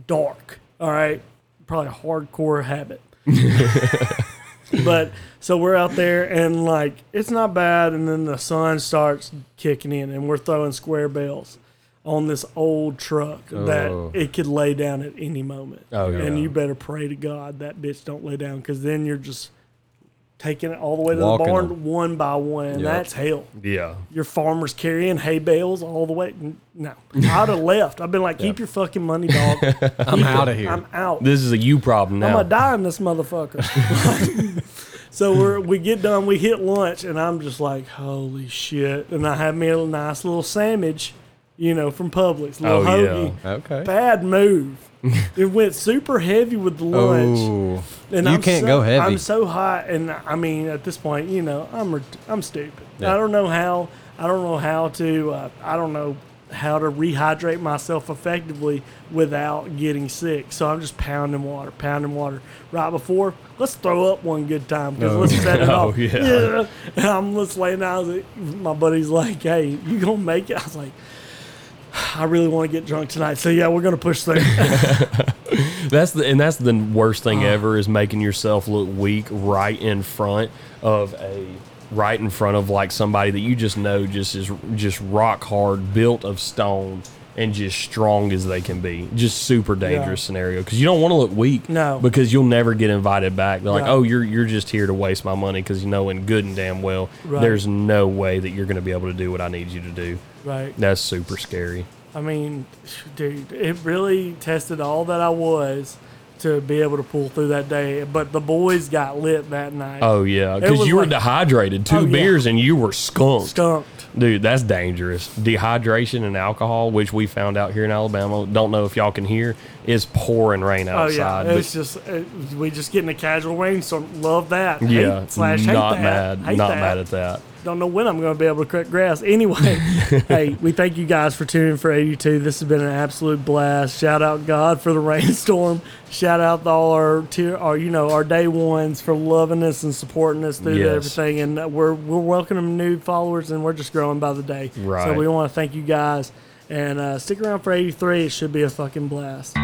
Speaker 3: Dark. All right. Probably a hardcore habit. but so we're out there and like it's not bad. And then the sun starts kicking in and we're throwing square bells on this old truck
Speaker 4: Oh.
Speaker 3: that it could lay down at any moment.
Speaker 2: Oh, yeah.
Speaker 3: And you better pray to God that bitch don't lay down because then you're just taking it all the way to
Speaker 4: Walking
Speaker 3: the barn
Speaker 4: them.
Speaker 3: one by one, and
Speaker 4: Yep.
Speaker 3: that's hell.
Speaker 2: Yeah.
Speaker 3: Your farmers carrying hay bales all the way. N- No, I'd have left. I've been like, keep your fucking money, dog.
Speaker 4: I'm out of here.
Speaker 3: I'm out.
Speaker 2: This is a you problem
Speaker 3: I'm
Speaker 2: now.
Speaker 3: gonna die in this motherfucker. so we're we get done, we hit lunch, and I'm just like, holy shit! And I have me a nice little sandwich, you know, from Publix, little
Speaker 2: Oh, yeah.
Speaker 3: hoagie.
Speaker 4: okay.
Speaker 3: Bad move. it went super heavy with the lunch.
Speaker 4: Oh,
Speaker 3: And
Speaker 4: You
Speaker 3: I'm
Speaker 4: can't
Speaker 3: so,
Speaker 4: go heavy.
Speaker 3: I'm so hot, and I mean, at this point, you know, I'm ret- I'm stupid.
Speaker 4: Yeah.
Speaker 3: I don't know how. I don't know how to. Uh, I don't know how to rehydrate myself effectively without getting sick. So I'm just pounding water, pounding water. Right before, let's throw up one good time because let's set it
Speaker 2: Oh,
Speaker 3: off.
Speaker 2: yeah.
Speaker 3: And I'm just laying down. I was like- My buddy's like, "Hey, you gonna make it?" I was like. I really want to get drunk tonight, so yeah, we're gonna push through.
Speaker 2: That's the and that's the worst
Speaker 3: Oh.
Speaker 2: thing ever is making yourself look weak right in front of a right in front of like somebody that you just know just is just rock hard, built of stone, and just strong as they can be. Just super dangerous
Speaker 3: Yeah.
Speaker 2: scenario because you don't want to look weak.
Speaker 3: No.
Speaker 2: because you'll never get invited back. They're like,
Speaker 3: Right.
Speaker 2: oh, you're you're just here to waste my money because you know and good and damn well
Speaker 3: Right.
Speaker 2: there's no way that you're going to be able to do what I need you to do.
Speaker 3: right?
Speaker 2: That's super scary.
Speaker 3: I mean, dude, it really tested all that I was to be able to pull through that day. But the boys got lit that night.
Speaker 2: Oh yeah,
Speaker 3: It
Speaker 2: because
Speaker 3: was
Speaker 2: you were
Speaker 3: like-
Speaker 2: dehydrated. Two
Speaker 3: Oh, yeah.
Speaker 2: beers and you were skunked.
Speaker 3: Skunked.
Speaker 2: Dude, that's dangerous. Dehydration and alcohol, which we found out here in Alabama, don't know if y'all can hear, is pouring rain
Speaker 3: Oh
Speaker 2: outside.
Speaker 3: yeah,
Speaker 2: but-
Speaker 3: it's just it, we just getting a casual rainstorm. Love that. Hate
Speaker 2: yeah,
Speaker 3: slash hate
Speaker 2: not
Speaker 3: that.
Speaker 2: mad,
Speaker 3: Hate
Speaker 2: not
Speaker 3: that.
Speaker 2: mad at that.
Speaker 3: Don't know when I'm going to be able to cut grass. Anyway, hey, we thank you guys for tuning in for 82. This has been an absolute blast. Shout out God for the rainstorm. Shout out to all our tier, our you know our day ones for loving us and supporting us through
Speaker 2: Yes.
Speaker 3: everything. And uh, we're we're welcoming new followers, and we're just growing by the day.
Speaker 2: Right.
Speaker 3: So we want to thank you guys, and uh, stick around for 83. It should be a fucking blast.